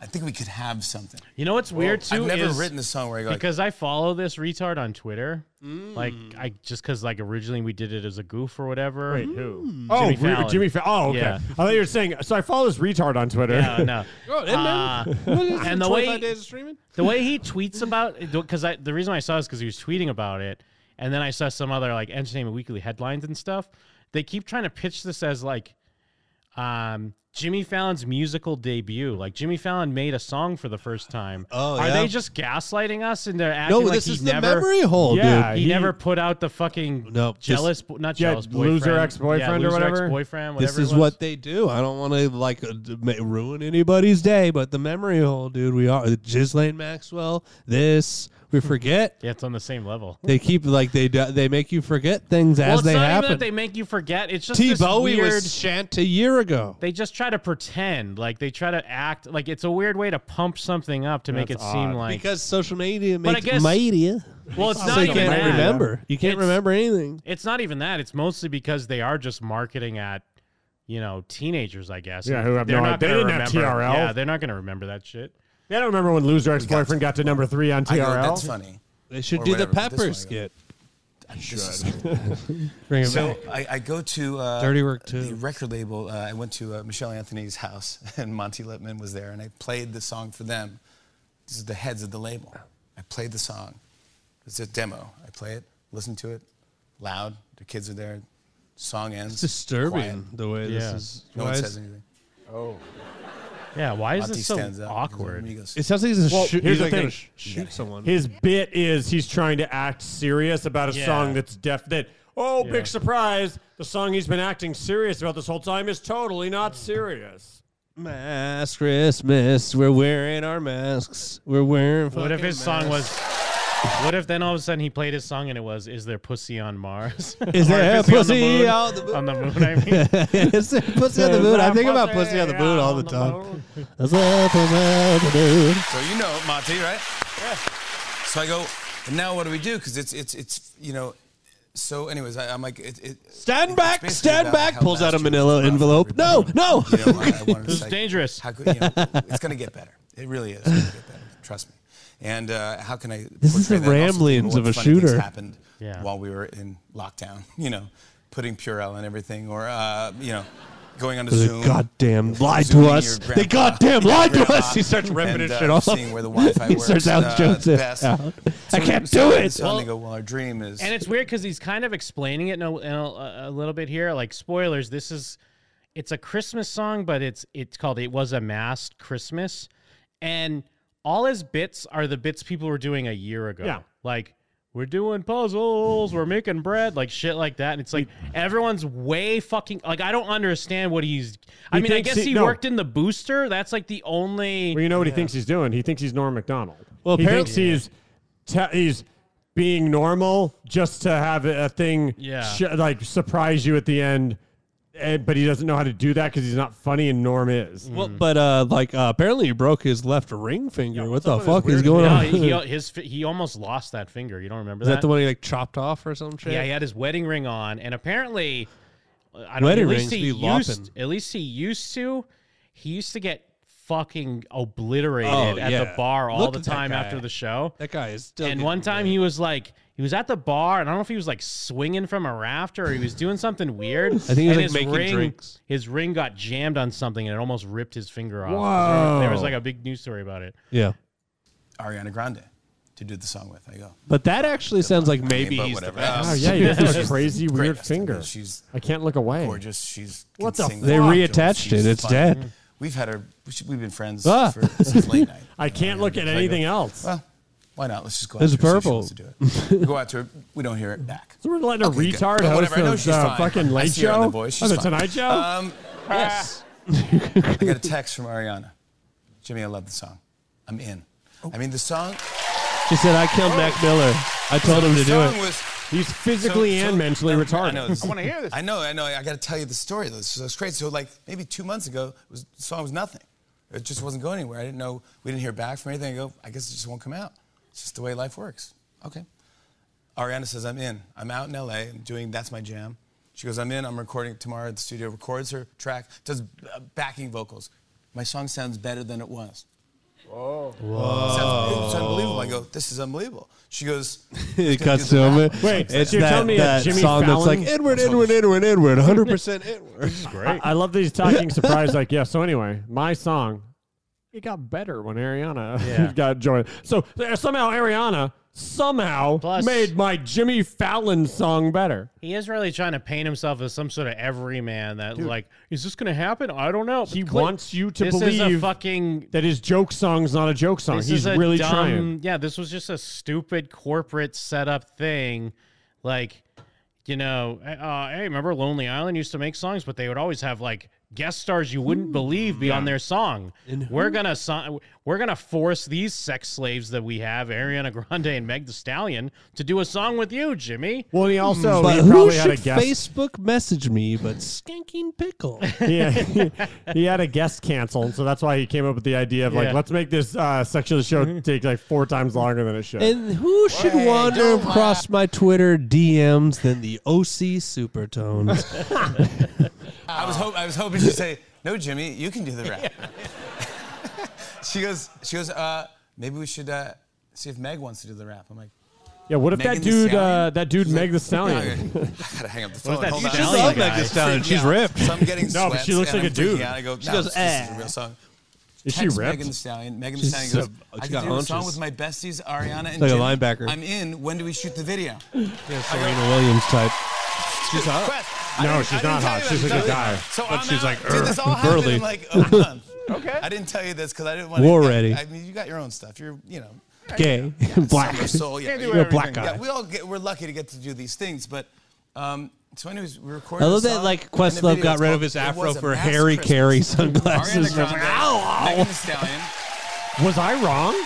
I think we could have something. You know what's Whoa. weird too? I've never is- written a song where I go like, Mm. because I follow this retard on Twitter. Like I just because like originally we did it as a goof or whatever. Mm. Wait, who? Oh, Jimmy Jimmy Fallon. Jimmy Fa- Oh, okay. Yeah. I thought you were saying. So I follow this retard on Twitter. Yeah, no. Uh, and the way days of streaming? the way he tweets about because I the reason I saw is because he was tweeting about it, and then I saw some other like Entertainment Weekly headlines and stuff. They keep trying to pitch this as like um, Jimmy Fallon's musical debut. Like Jimmy Fallon made a song for the first time. Oh, are yeah. they just gaslighting us and they're acting like this he is the never memory hole, yeah, dude. He, He- never put out the fucking No, jealous, this- bo- not Yeah, jealous boyfriend, loser ex-boyfriend yeah, or loser whatever. ex-boyfriend. This whatever it is was. what they do. I don't want to like uh, d- ma- ruin anybody's day, but the memory hole, dude. We are uh, Ghislaine Maxwell. This we forget. Yeah, it's on the same level. They keep like they do, they make you forget things well, as it's they not happen. Even that they make you forget. It's just T this Bowie weird, was shant a year ago. They just try to pretend, like they try to act, like it's a weird way to pump something up to make it That's seem odd. like. because social media But I makes guess- media. Well, it's So not you even can't that. remember. You can't It's- remember anything. It's not even that. It's mostly because they are just marketing at, you know, teenagers. I guess. Yeah, who have They're no not idea. They gonna didn't have remember- TRL. Yeah, they're not going to remember that shit. I don't remember when loser ex boyfriend got to number three on TRL. I know, that's funny. They should Or do whatever, the but this pepper one I go, skit. I think should. this is true. Bring it so back. I, I go to uh, Dirty Work too. the record label. Uh, I went to uh, Michelle Anthony's house, and Monty Lippman was there, and I played the song for them. This is the heads of the label. I played the song. It's a demo. I play it, listen to it, loud. The kids are there. Song ends. It's disturbing quiet. the way this is. No why one is- says anything. Oh. Yeah, why is Monty this so stands up. awkward? He It sounds like he's a Well, shoot. he's here's the like thing. gonna sh- shoot someone. His bit is he's trying to act serious about a Yeah. song that's deaf. That oh, Yeah. big surprise! The song he's been acting serious about this whole time is totally not serious. Mask Christmas. We're wearing our masks. We're wearing. What if fucking his song was? masks. What if then all of a sudden he played his song and it was "Is there pussy on Mars? Is Or there pussy on on the the moon?" On the moon, I mean. Is there pussy on the Is moon? I there think about pussy on the moon all the on time. moon? Is there pussy on the moon? So you know Monty, right? Yeah. So I go, and now what do we do? Because it's it's it's you know. So, anyways, I, I'm like, it, it, Stand back, basically stand about back. how Pulls out a bastards manila love envelope. No, no. You know, I, I wanted to This is say, dangerous. How could, you know, it's going to get better. It really is. Gonna get better. Trust me. And uh, how can I? This is portray the that and also think ramblings what of a funny things shooter. Happened Yeah. while we were in lockdown. You know, putting Purell and everything, or uh, you know, going on to They Zoom. goddamn lied to Zooming us. your They grandpa- goddamn your lied to grandpa us. He starts ripping and, his uh, shit off. Seeing where the Wi-Fi He works. starts Alex uh, Jones best. out. So I we- can't so do I- it. So I'm Well- go. Well, our dream is. And it's weird because he's kind of explaining it in a, in a, a little bit here. Like spoilers, this is it's a Christmas song, but it's it's called "It Was a Masked Christmas," and all his bits are the bits people were doing a year ago. Yeah. like we're doing puzzles, we're making bread, like shit like that. And it's like everyone's way fucking like I don't understand what he's. I He mean, I thinks guess he- he, no. worked in the booster. That's like the only. Well, you know what he thinks he's doing. He thinks he's Norm Macdonald. Well, he thinks apparently- he's te- he's being normal just to have a a thing Yeah. like surprise you at the end. And, but he doesn't know how to do that because he's not funny, and Norm is. Mm-hmm. Well, but uh, like uh, apparently he broke his left ring finger. what the up with fuck his is weird- going No, on? he, he, his, fi- he almost lost that finger. You don't remember is that the one he like chopped off or some shit? Yeah, he had his wedding ring on, and apparently, uh, I don't. Wedding at least rings he be lopping. used. At least he used to. He used to get fucking obliterated Oh, at the yeah. bar all Look the at that time guy. after the show. That guy is. Still And getting one time he was like, he was at the bar, and I don't know if he was like swinging from a rafter or he was doing something weird. I think he was, like, making ring, drinks. His ring got jammed on something, and it almost ripped his finger off. 'Cause Whoa. There was like a big news story about it. Yeah, Ariana Grande to do the song with. I go. but that actually sounds like maybe but he's the whatever. best. Oh yeah, you have She's this crazy great. weird She's- finger. she's I can't look away. Gorgeous. She's What can the sing fuck? They rock. reattached She's it. It's fun. dead. We've had her. we should- We've been friends Ah. for, since late night. I can't look at So I go, anything else. Well, why not? Let's just go. It's out to her, see if she purple. wants to do it. We go out to her. We don't hear it back. So we're letting a Okay, good. retard But host whatever, I know the she's fine. fucking I late see her on show. The Voice. She's Oh, the fine. Tonight Show. Um, yes. I got a text from Ariana. Jimmy, I love the song. I'm in. Oh. I mean, the song. She said, "I killed Mac Miller. I told him the to do song it." Was, He's physically So- and so- mentally no, retarded. I know. This, I want to hear this. I know. I know. I got to tell you the story. though. This is crazy. So like maybe two months ago, it was, the song was nothing. It just wasn't going anywhere. I didn't know. We didn't hear back from anything. I go. I guess it just won't come out. It's just the way life works. Okay. Ariana says I'm in. I'm out in L.A. I'm doing. That's my jam. She goes. I'm in. I'm recording tomorrow at the studio. Records her track. Does uh, backing vocals. My song sounds better than it was. Whoa. Sounds, it's unbelievable. I go, this is unbelievable. She goes, It gonna do cuts the to him. rap. Wait, it's so you're that, telling me a that Jimmy song that's Fallon- like Edward, Edward, Edward, Edward, 100 percent Edward. I, I love these talking surprise. Like, yeah. So anyway, my song, it got better when Ariana Yeah. got joined. So there- somehow Ariana somehow Plus- made my Jimmy Fallon song better. He is really trying to paint himself as some sort of everyman that, like, is this going to happen? I don't know. He But cle- wants you to this believe is a fucking. that his joke song's not a joke song. This He's is a really dumb, trying. Yeah, this was just a stupid corporate setup thing. Like, you know, uh, hey, remember Lonely Island used to make songs, but they would always have like guest stars you wouldn't believe be on their song. We're gonna so- we're gonna force these sex slaves that we have, Ariana Grande and Meg The Stallion, to do a song with you, Jimmy. Well, he also Hmm. but he who probably had a should guest. Facebook message me but skanking pickle? yeah, he, he had a guest canceled, so that's why he came up with the idea of like, Yeah. let's make this uh, section of the Mm-hmm. show take like four times longer than it should. and who should Oh, wander across my Twitter DMs than the OC Supertones? I was, hope, I was hoping she'd say, no, Jimmy, you can do the rap. she goes, she goes uh, maybe we should uh, see if Meg wants to do the rap. I'm like, Yeah, what if Megan that Thee dude, Stallion? uh, that dude, Meg the Stallion? I gotta hang up the phone. What is that Hold on. She's Stallion love Meg guy? Thee Stallion. Freaking She's out. ripped. So I'm getting No, but she looks sweats and like I'm a dude. freaking Out. I go, She no, goes, this, this is "Ah." a real song. Is she Text ripped? Megan Thee Stallion. Megan Thee She's Stallion so- goes, she I got can do a song haunches. with my besties, Ariana and Like a Jim. linebacker. I'm in. When do we shoot the video? Serena Williams type. She's hot. No, she's not hot. She's like a guy. So But I'm she's out. like, Dude, this "Urgh, all happened burly." in like a month. okay. I didn't tell you this because I didn't want War to. ready. I mean, you got your own stuff. You're, you know, Gay. Black. summer soul. Yeah, Can't do You're a black everything. guy. Yeah, we all get, we're lucky to get to do these things, but. Um, so, anyways, we recorded. I love the that song, like and the Questlove video got is rid called of his It afro Was a for Mass Harry Christmas. Carey Ariana sunglasses. I was Grande, like, ow, ow. Megan Thee Stallion. Was I wrong?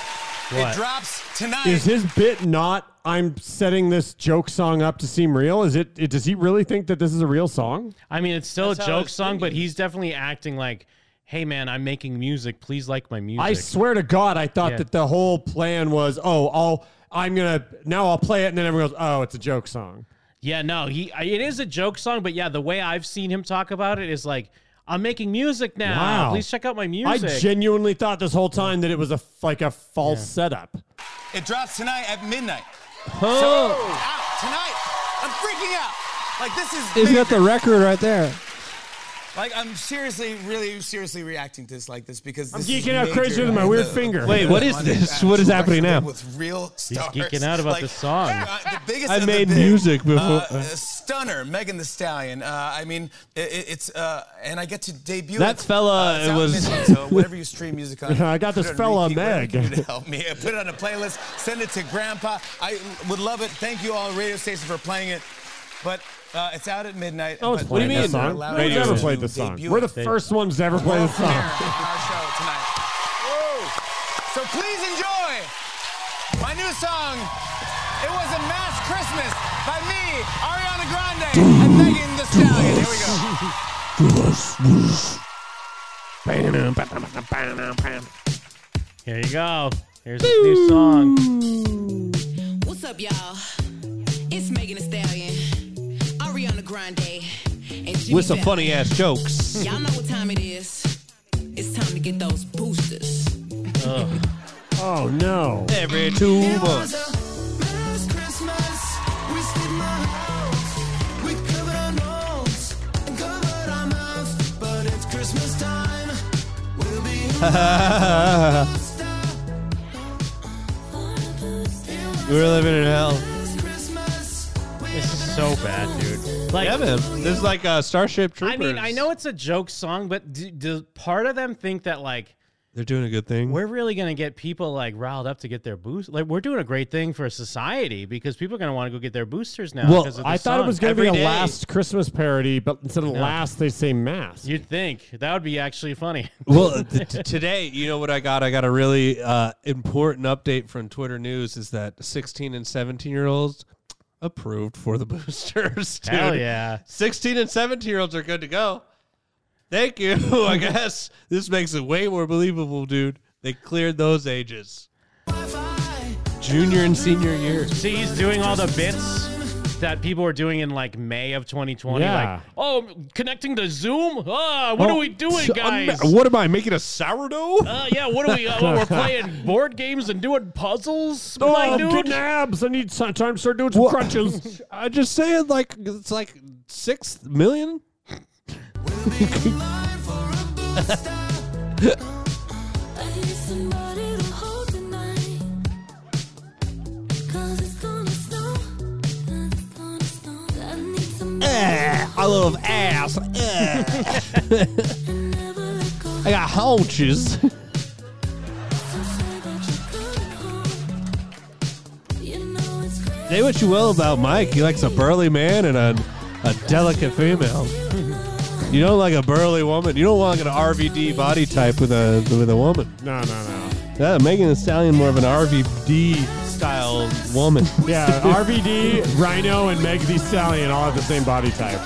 It drops tonight. Is his bit not? I'm setting this joke song up to seem real. Is it? it does he really think that this is a real song? I mean, it's still That's a how I joke was song, but he's definitely acting like, "Hey, man, I'm making music. Please like my music." I swear to God, I thought Yeah. that the whole plan was, oh, I'll, I'm gonna now I'll play it, and then everyone goes, oh, it's a joke song. Yeah, no, he. I- It is a joke song, but yeah, the way I've seen him talk about it is like, "I'm making music now. Wow. Please check out my music." I genuinely thought this whole time that it was a f- like a false setup. It drops tonight at midnight. Oh. So, out tonight. I'm freaking out. Like this is. He's got the major. record right there. Like I'm seriously, really, seriously reacting to this like this because I'm this is geeking out major. crazy with my The- weird the- finger. Wait, what is this? What is happening now? With real He's stars. geeking out about Like, this song. uh, the biggest I of the made big, music before- uh, uh, stunner, Megan the Stallion. Uh, I mean, i- i it's uh, and I get to debut. That it. fella uh, it's out was- midnight, so whatever you stream music on. I got put this it on fella, repeat, whatever you Meg. can do to help me. uh, Put it on a playlist. Send it to Grandpa. I would love it. Thank you all radio stations for playing it. But uh, it's out at midnight. No one's but- playing but this they're song. allowed We've to never played this song. debut We're it. the first ones to ever play World this song. premiere in our show tonight. So please enjoy my new song. It was a mass Christmas by me, Ariana Grande, and Megan Thee Stallion. Here we go. Here you go. Here's this new song. What's up, y'all? It's Megan Thee Stallion, Ariana Grande, and Jimmy With some Fallon. funny ass jokes. Y'all know what time it is. It's time to get those boosters. Oh no! Every two months. We're living in hell. This is so bad, dude. Like, yeah, man. This is like uh, Starship Troopers. I mean, I know it's a joke song, but do, do part of them think that like They're doing a good thing. we're really gonna get people like riled up to get their boost? Like, we're doing a great thing for society because people are gonna want to go get their boosters now. Well, because of I this thought it song. was going to be Every a day. last Christmas parody, but instead of No. last, they say mass. You'd think that would be actually funny. Well, t- t- today, you know what I got? I got a really uh, important update from Twitter News is that 16 and 17 year olds approved for the boosters. Dude. Hell yeah. 16 and 17 year olds are good to go. Thank you. I guess this makes it way more believable, dude. They cleared those ages. Junior and senior year. See, he's doing all the bits that people were doing in like May of 2020. Yeah. Like, oh, connecting to Zoom. Ah, what are we doing, guys? what am I making a sourdough? uh, yeah, what are we? Uh, we're playing board games and doing puzzles. Oh, my I'm dude. getting abs. I need some time to start doing some What? crunches. I just saying, like it's like six million. eh, I love ass. I got haunches. Say what you will about Mike, he likes a burly man and a, a delicate female. You don't like a burly woman. You don't want an RVD body type with a with a woman. no, no, no. Yeah, Megan Thee Stallion more of an RVD style woman. Yeah, RVD, Rhino, and Meg Thee Stallion all have the same body type.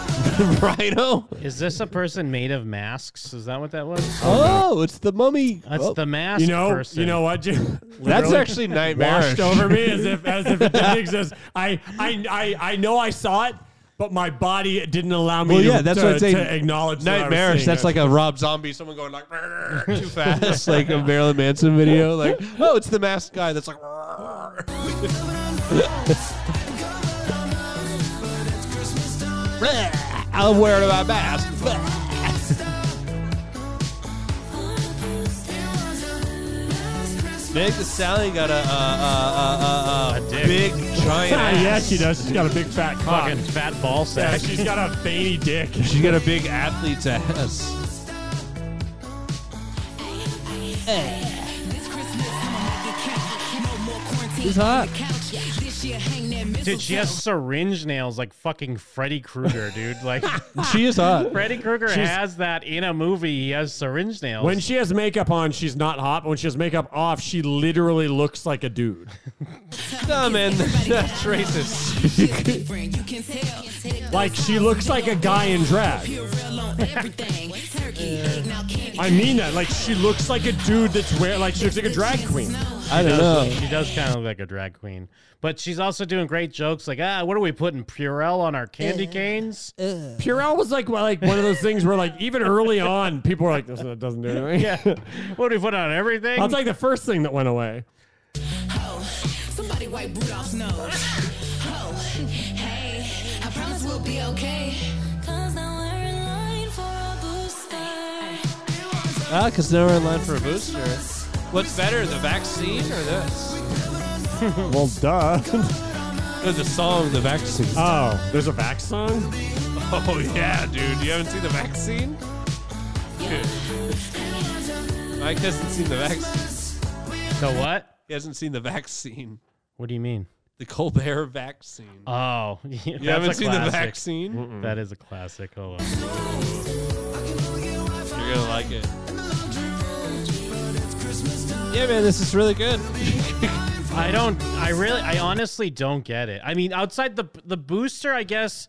Rhino. Is this a person made of masks? Is that what that was? Oh, it's the mummy. That's Oh, the mask You know, person. you know what, Jim? that's Literally actually nightmarish. washed over me as if as if it didn't exist. I, I, I, I know I saw it, but my body didn't allow me. Well, to, yeah, that's to, what I'm saying. to acknowledge that I was Nightmarish. seeing That's it. like a Rob Zombie, someone going like "Rrrr," too fast, like a Marilyn Manson video. Like, oh, it's the masked guy. That's like. "Rrrr." I'm wearing my mask. Meg the Sally got a, uh, uh, uh, uh, uh, big giant. ass. yeah, Ah, she does. She's got a big fat cock. Fucking fat ball Yeah, sack. she's got a veiny dick. She's got a big athlete's ass. He's hot. Dude, she has syringe nails like fucking Freddy Krueger, dude. Like She is hot. Freddy Krueger She's- has that in a movie. He has syringe nails. When she has makeup on, she's not hot. But when she has makeup off, she literally looks like a dude. Nah, man, that's racist. Like she looks like a guy in drag. I mean that. Like she looks like a dude that's wear like she looks like a drag queen. I don't know. She does kind of look like a drag queen, but she's also doing great jokes like, ah, what are we putting Purell on our candy canes? Purell was like well, like one of those things where like even early on people were like this that doesn't do anything. yeah, what do we put on everything? That's like the first thing that went away. Somebody wipe Rudolph's nose. Oh, hey, I promise we'll be okay. Cause now we're in line for a booster. Ah, because now we're in line for a booster. What's better, the vaccine or this? well, duh. There's a song, The Vaccine. Oh, there's a Vax song. Oh, yeah, dude. You haven't seen the vaccine? Dude. Mike hasn't seen the vaccine. the what? He hasn't seen the vaccine. What do you mean? The Colbert vaccine. Oh, you haven't seen the vaccine? Mm-mm. That is a classic. Hold on. You're going to like it. Yeah, man, this is really good. I don't. I really. I honestly don't get it. I mean, outside the the booster, I guess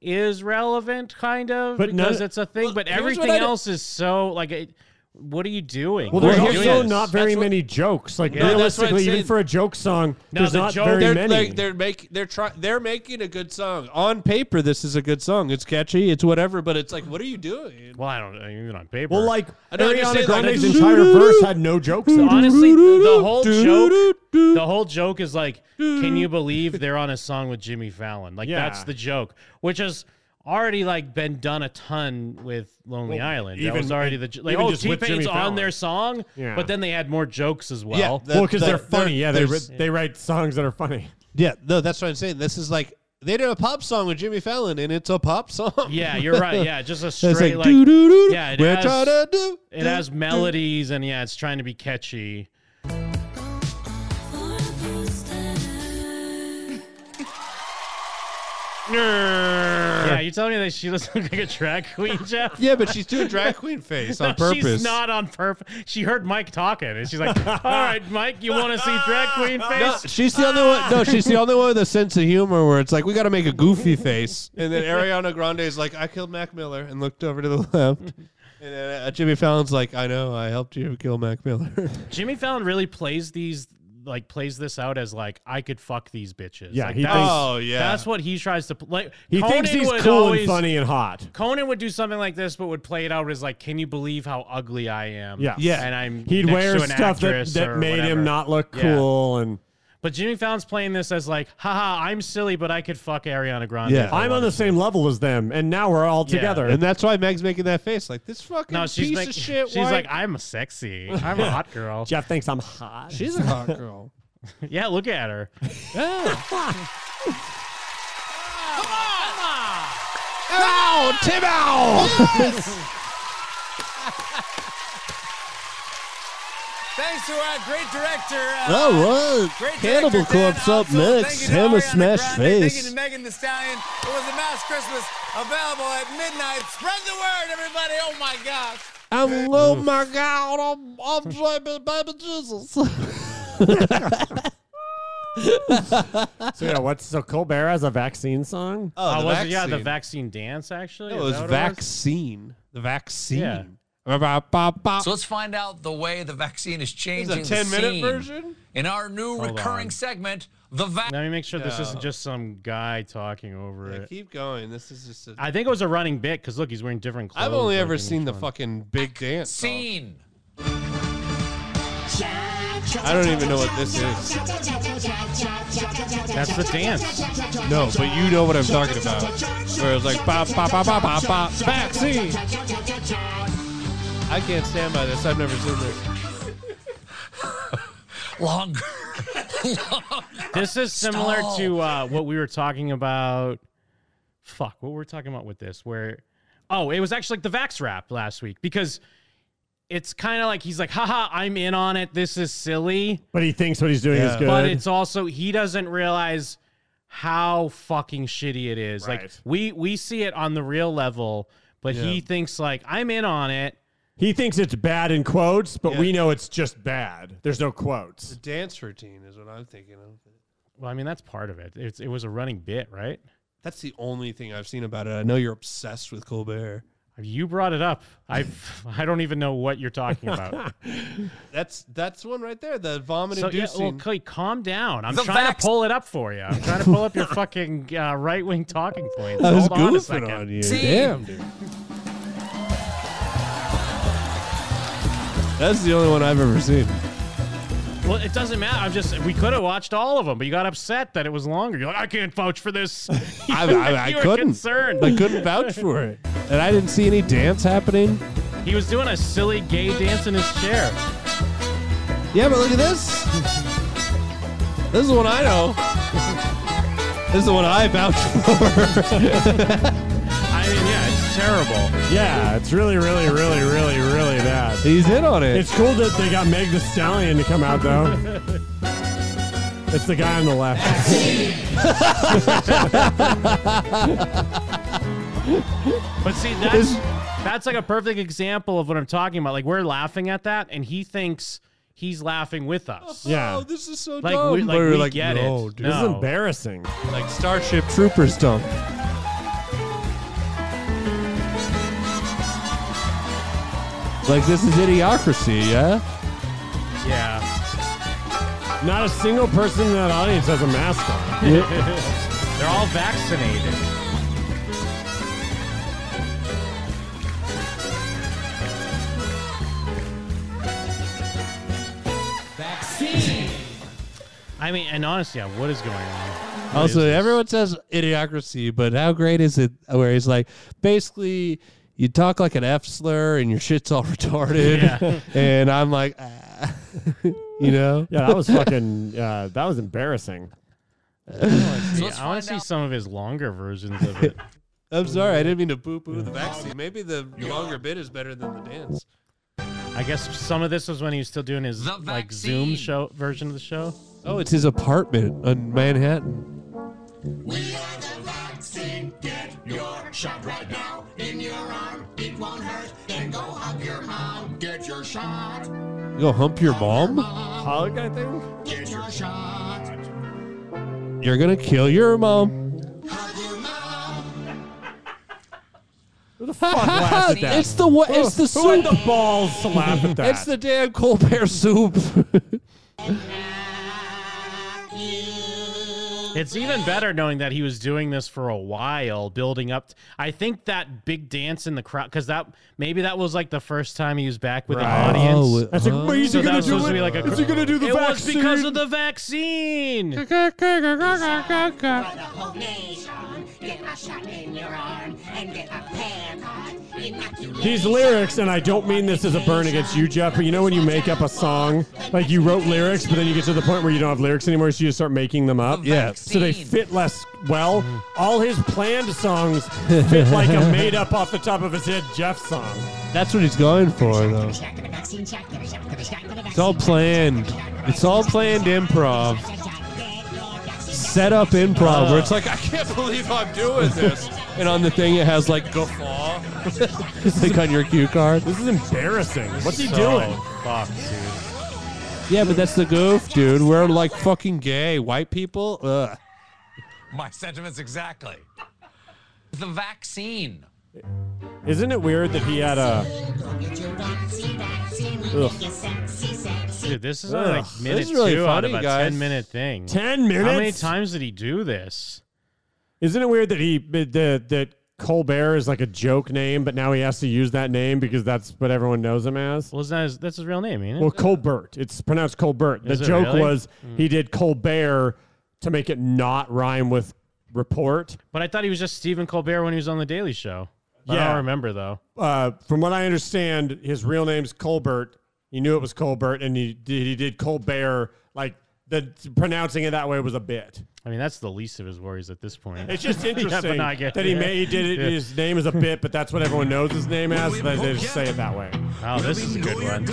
is relevant, kind of, But none- because it's a thing. but here's what everything I d- else is so like, it, what are you doing? Well, there's Why are you doing also this? not very That's what- many jokes. Like Yeah, that's what realistically, I'm even saying. for a joke song, No, there's the not joke- very They're many. like they're make they're try they're making a good song on paper. This is a good song. It's catchy. It's whatever. But it's like, what are you doing? Well, I don't know, even on paper. well, like I don't Ariana understand that. Grande's entire verse had no jokes. in it. honestly, the, the whole joke, the whole joke is like, can you believe they're on a song with Jimmy Fallon? Like Yeah. that's the joke, which is already like been done a ton with Lonely Island. that even- was already the jo- like, even oh, just with T-Pain's Jimmy on their Fallon. song, Yeah. but then they had more jokes as well. Yeah, Well, because That- they're that- funny. yeah, they there's- ri- they write songs that are funny. Yeah, no, that's what I'm saying. This is like they did a pop song with Jimmy Fallon, and it's a pop song. Yeah, you're right. Yeah, just a it's straight like, like, doo doo doo. yeah, it we're has- trying to do. it has melodies and yeah, it's trying to be catchy. Yeah, you telling me that she looks like a drag queen, Jeff? Yeah, but she's doing drag queen face on No, purpose. She's not on purpose. She heard Mike talking, and she's like, "All right, Mike, you want to see drag queen No, face?" she's the only one. No, she's the only one with a sense of humor where it's like we got to make a goofy face, and then Ariana Grande is like, "I killed Mac Miller," and looked over to the left, and then uh, Jimmy Fallon's like, "I know, I helped you kill Mac Miller." Jimmy Fallon really plays these, like, plays this out as like, "I could fuck these bitches." Yeah, like, he that's, thinks- Oh, yeah. that's what he tries to pl- like. He Conan thinks he's would cool always- and funny and hot. Conan would do something like this, but would play it out as like, "Can you believe how ugly I am?" Yeah. Um, Yeah. and I'm He'd next wear to an stuff that, actress that or made whatever. him not look Yeah. cool. And But Jimmy Fallon's playing this as like, "Haha, I'm silly, but I could fuck Ariana Grande." Yeah. if I I'm on the same level as them, and now we're all Yeah. together. and that's why Meg's making that face, like this fucking No, she's piece like, of shit. she's white- like, I'm sexy. I'm a hot girl. Jeff thinks I'm hot. she's a hot girl. yeah, look at her. Ow, Tim Owl! Thanks to our great director. Uh, All right. Great Cannibal director, Dan Corpse up Alsop. Thank next. you to Hammer Ariana Smash Grande. Thank you Face. to Megan Thee Stallion. It was a Mouse Christmas available at midnight. Spread the word, everybody. Oh, my gosh. I'm, oh my God, I'm, I'm dreaming, baby Jesus. so yeah, what's so Colbert has a vaccine song? I Oh, was yeah, the vaccine dance actually. Oh, It Is was that what vaccine. The vaccine. Yeah. So let's find out the way the vaccine is There's changing a 10 the minute scene. version? In our new recurring on. segment, the vaccine. Let me make sure this No. isn't just some guy talking over Yeah, it. keep going. This is just a. I think it was a running bit because look, he's wearing different clothes. I've only like, ever in each seen the one. fucking big dance. song. Scene. I don't even know what this is. That's the dance. No, but you know what I'm talking about. Where it's like bop, bop, bop, bop, bop, bop, vaccine. I can't stand by this. I've never seen this. Longer. This is similar Stall. to uh, what we were talking about. Fuck, what were we talking about with this? Where, oh, it was actually like the Vax rap last week because it's kind of like he's like, haha, I'm in on it. This is silly. But he thinks what he's doing is good. But it's also he doesn't realize how fucking shitty it is. Like Right. we we see it on the real level, but he thinks like I'm in on it. he thinks it's bad in quotes, but we know it's just bad. There's no quotes. The dance routine is what I'm thinking of. Well, I mean that's part of it. It's, it was a running bit, right? That's the only thing I've seen about it. I know you're obsessed with Colbert. You brought it up. I I don't even know what you're talking about. That's that's one right there. The vomit So, yeah, inducing. well, Clay, calm down. I'm The trying vax- to pull it up for you. I'm trying to pull up your fucking uh, right wing talking points. I was Hold on, a goofing second. on you. Damn, dude. That's the only one I've ever seen. Well, it doesn't matter. I'm just we could have watched all of them, but you got upset that it was longer. You're like, I can't vouch for this. I, I, I You were couldn't. concerned. I couldn't vouch for it, and I didn't see any dance happening. He was doing a silly gay dance in his chair. Yeah, but look at this. This is the one I know. This is the one I vouch for. I mean, yeah, it's terrible. Yeah, it's really, really, really, really, really bad. He's in on it. It's cool that they got Meg the Stallion to come out though. it's the guy on the left. But see, that's that's like a perfect example of what I'm talking about. Like we're laughing at that, and he thinks he's laughing with us. Yeah. Oh, this is so Like, dumb. We, like, We're we like, get no, it. dude. This is No. embarrassing. like Starship Troopers dump. Like this is idiocracy, yeah? Yeah. Not a single person in that audience has a mask Oh, on. They're all vaccinated. Vaccine. I mean, and honestly, yeah, what is going on? What Also, is- everyone says idiocracy, but how great is it where he's like, basically, you talk like an F slur and your shit's all retarded. Yeah. and I'm like, ah. you know? Yeah, that was fucking. Uh, that was embarrassing. See, I want to see some of his longer versions of it. I'm sorry, I didn't mean to boo boo the vaccine. Maybe the longer bit is better than the dance. I guess some of this was when he was still doing his like Zoom show version of the show. Oh, it's his apartment in Manhattan. We are the vaccine. Get your shot right now. In your arm, it won't hurt. Then go hug your mom. Get your shot. Go hump your mom? Hug, I think. Get your shot. You're going to kill your mom. Who the fuck laughed at that? It's the wa- it's the who, who had soup. the balls to laugh at that? It's the damn Colbert soup. It's even better knowing that he was doing this for a while, building up. I think that big dance in the crowd, because that maybe that was like the first time he was back with Right. an audience. Oh, it- That's like, "Wait, is he So that gonna was do supposed to it? be like a Is he gonna do the It was because vaccine?" of the vaccine. whole nation. Get a shot in your arm and get a pan card. Inoculation. These lyrics, and I don't mean this as a burn against you, Jeff, but you know when you make up a song, like you wrote lyrics, but then you get to the point where you don't have lyrics anymore, so you just start making them up. Yeah. So they fit less well. All his planned songs fit like a made up off the top of his head Jeff song. That's what he's going for, though. It's all planned. It's all planned improv. Set up improv where it's like, I can't believe I'm doing this. And on the thing, it has like guffaw. Click on your cue card. This is embarrassing. What's he So doing? Fuck, dude. Yeah, but that's the goof, dude. We're like fucking gay. White people? Ugh. My sentiments exactly. The vaccine. Isn't it weird that he had a. Ugh. Dude, this is only like Ugh, minute this is really two funny, out of a guys. ten minute thing. 10 How many minutes? times did he do this? Isn't it weird that he that that Colbert is like a joke name, but now he has to use that name because that's what everyone knows him as. Well, that's his real name, ain't it? Well, Colbert. It's pronounced Colbert. The Is it joke really? was Mm. he did Colbert to make it not rhyme with report. But I thought he was just Stephen Colbert when he was on The Daily Show. I Yeah. don't remember, though. Uh, from what I understand, his real name's Colbert. He knew it was Colbert, and he did, he did Colbert. Like the pronouncing it that way was a bit. I mean, that's the least of his worries at this point. It's just Yeah, but interesting I get- that he may he did it. Yeah. His name is a bit, but that's what everyone knows his name as. so They, they just say it that way. Oh, this is a good one.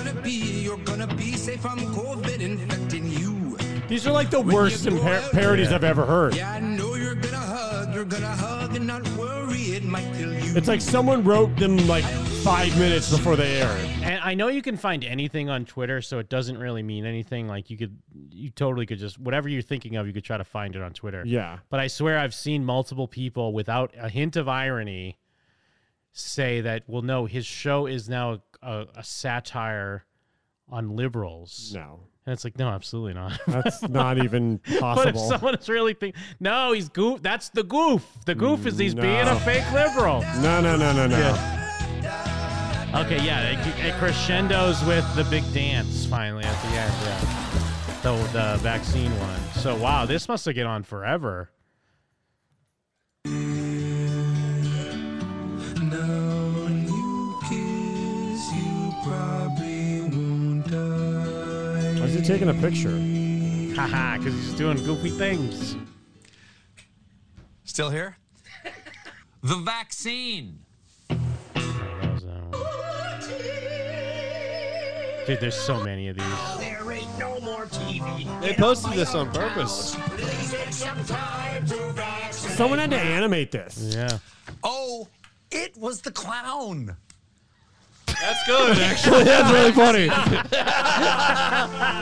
These are like the worst in par- parodies I've ever heard. I know you're gonna hug, you're gonna hug and not worry. It might kill you. It's like someone wrote them like five minutes before they aired. And I know you can find anything on Twitter, so it doesn't really mean anything. Like you could, you totally could just whatever you're thinking of, you could try to find it on Twitter. Yeah. But I swear I've seen multiple people without a hint of irony say that, well, no, his show is now a, a, a satire on liberals. No. And it's like, no, absolutely not. That's not even But if possible. someone is really thinking, no, he's goof. That's the goof. The goof is he's No. being a fake liberal. No, no, no, no, no. Okay, yeah, it, it crescendos with the big dance finally at the end. Yeah, the the vaccine one. So wow, this must have gone on forever. Why is he taking a picture? Haha, because he's doing goofy things. Still here? the vaccine. Dude, there's so many of these. There ain't no more TV. They posted this on purpose. Please take some time to vaccinate. Someone had to animate this. Yeah. Oh, it was the clown. That's good, actually. That's really funny.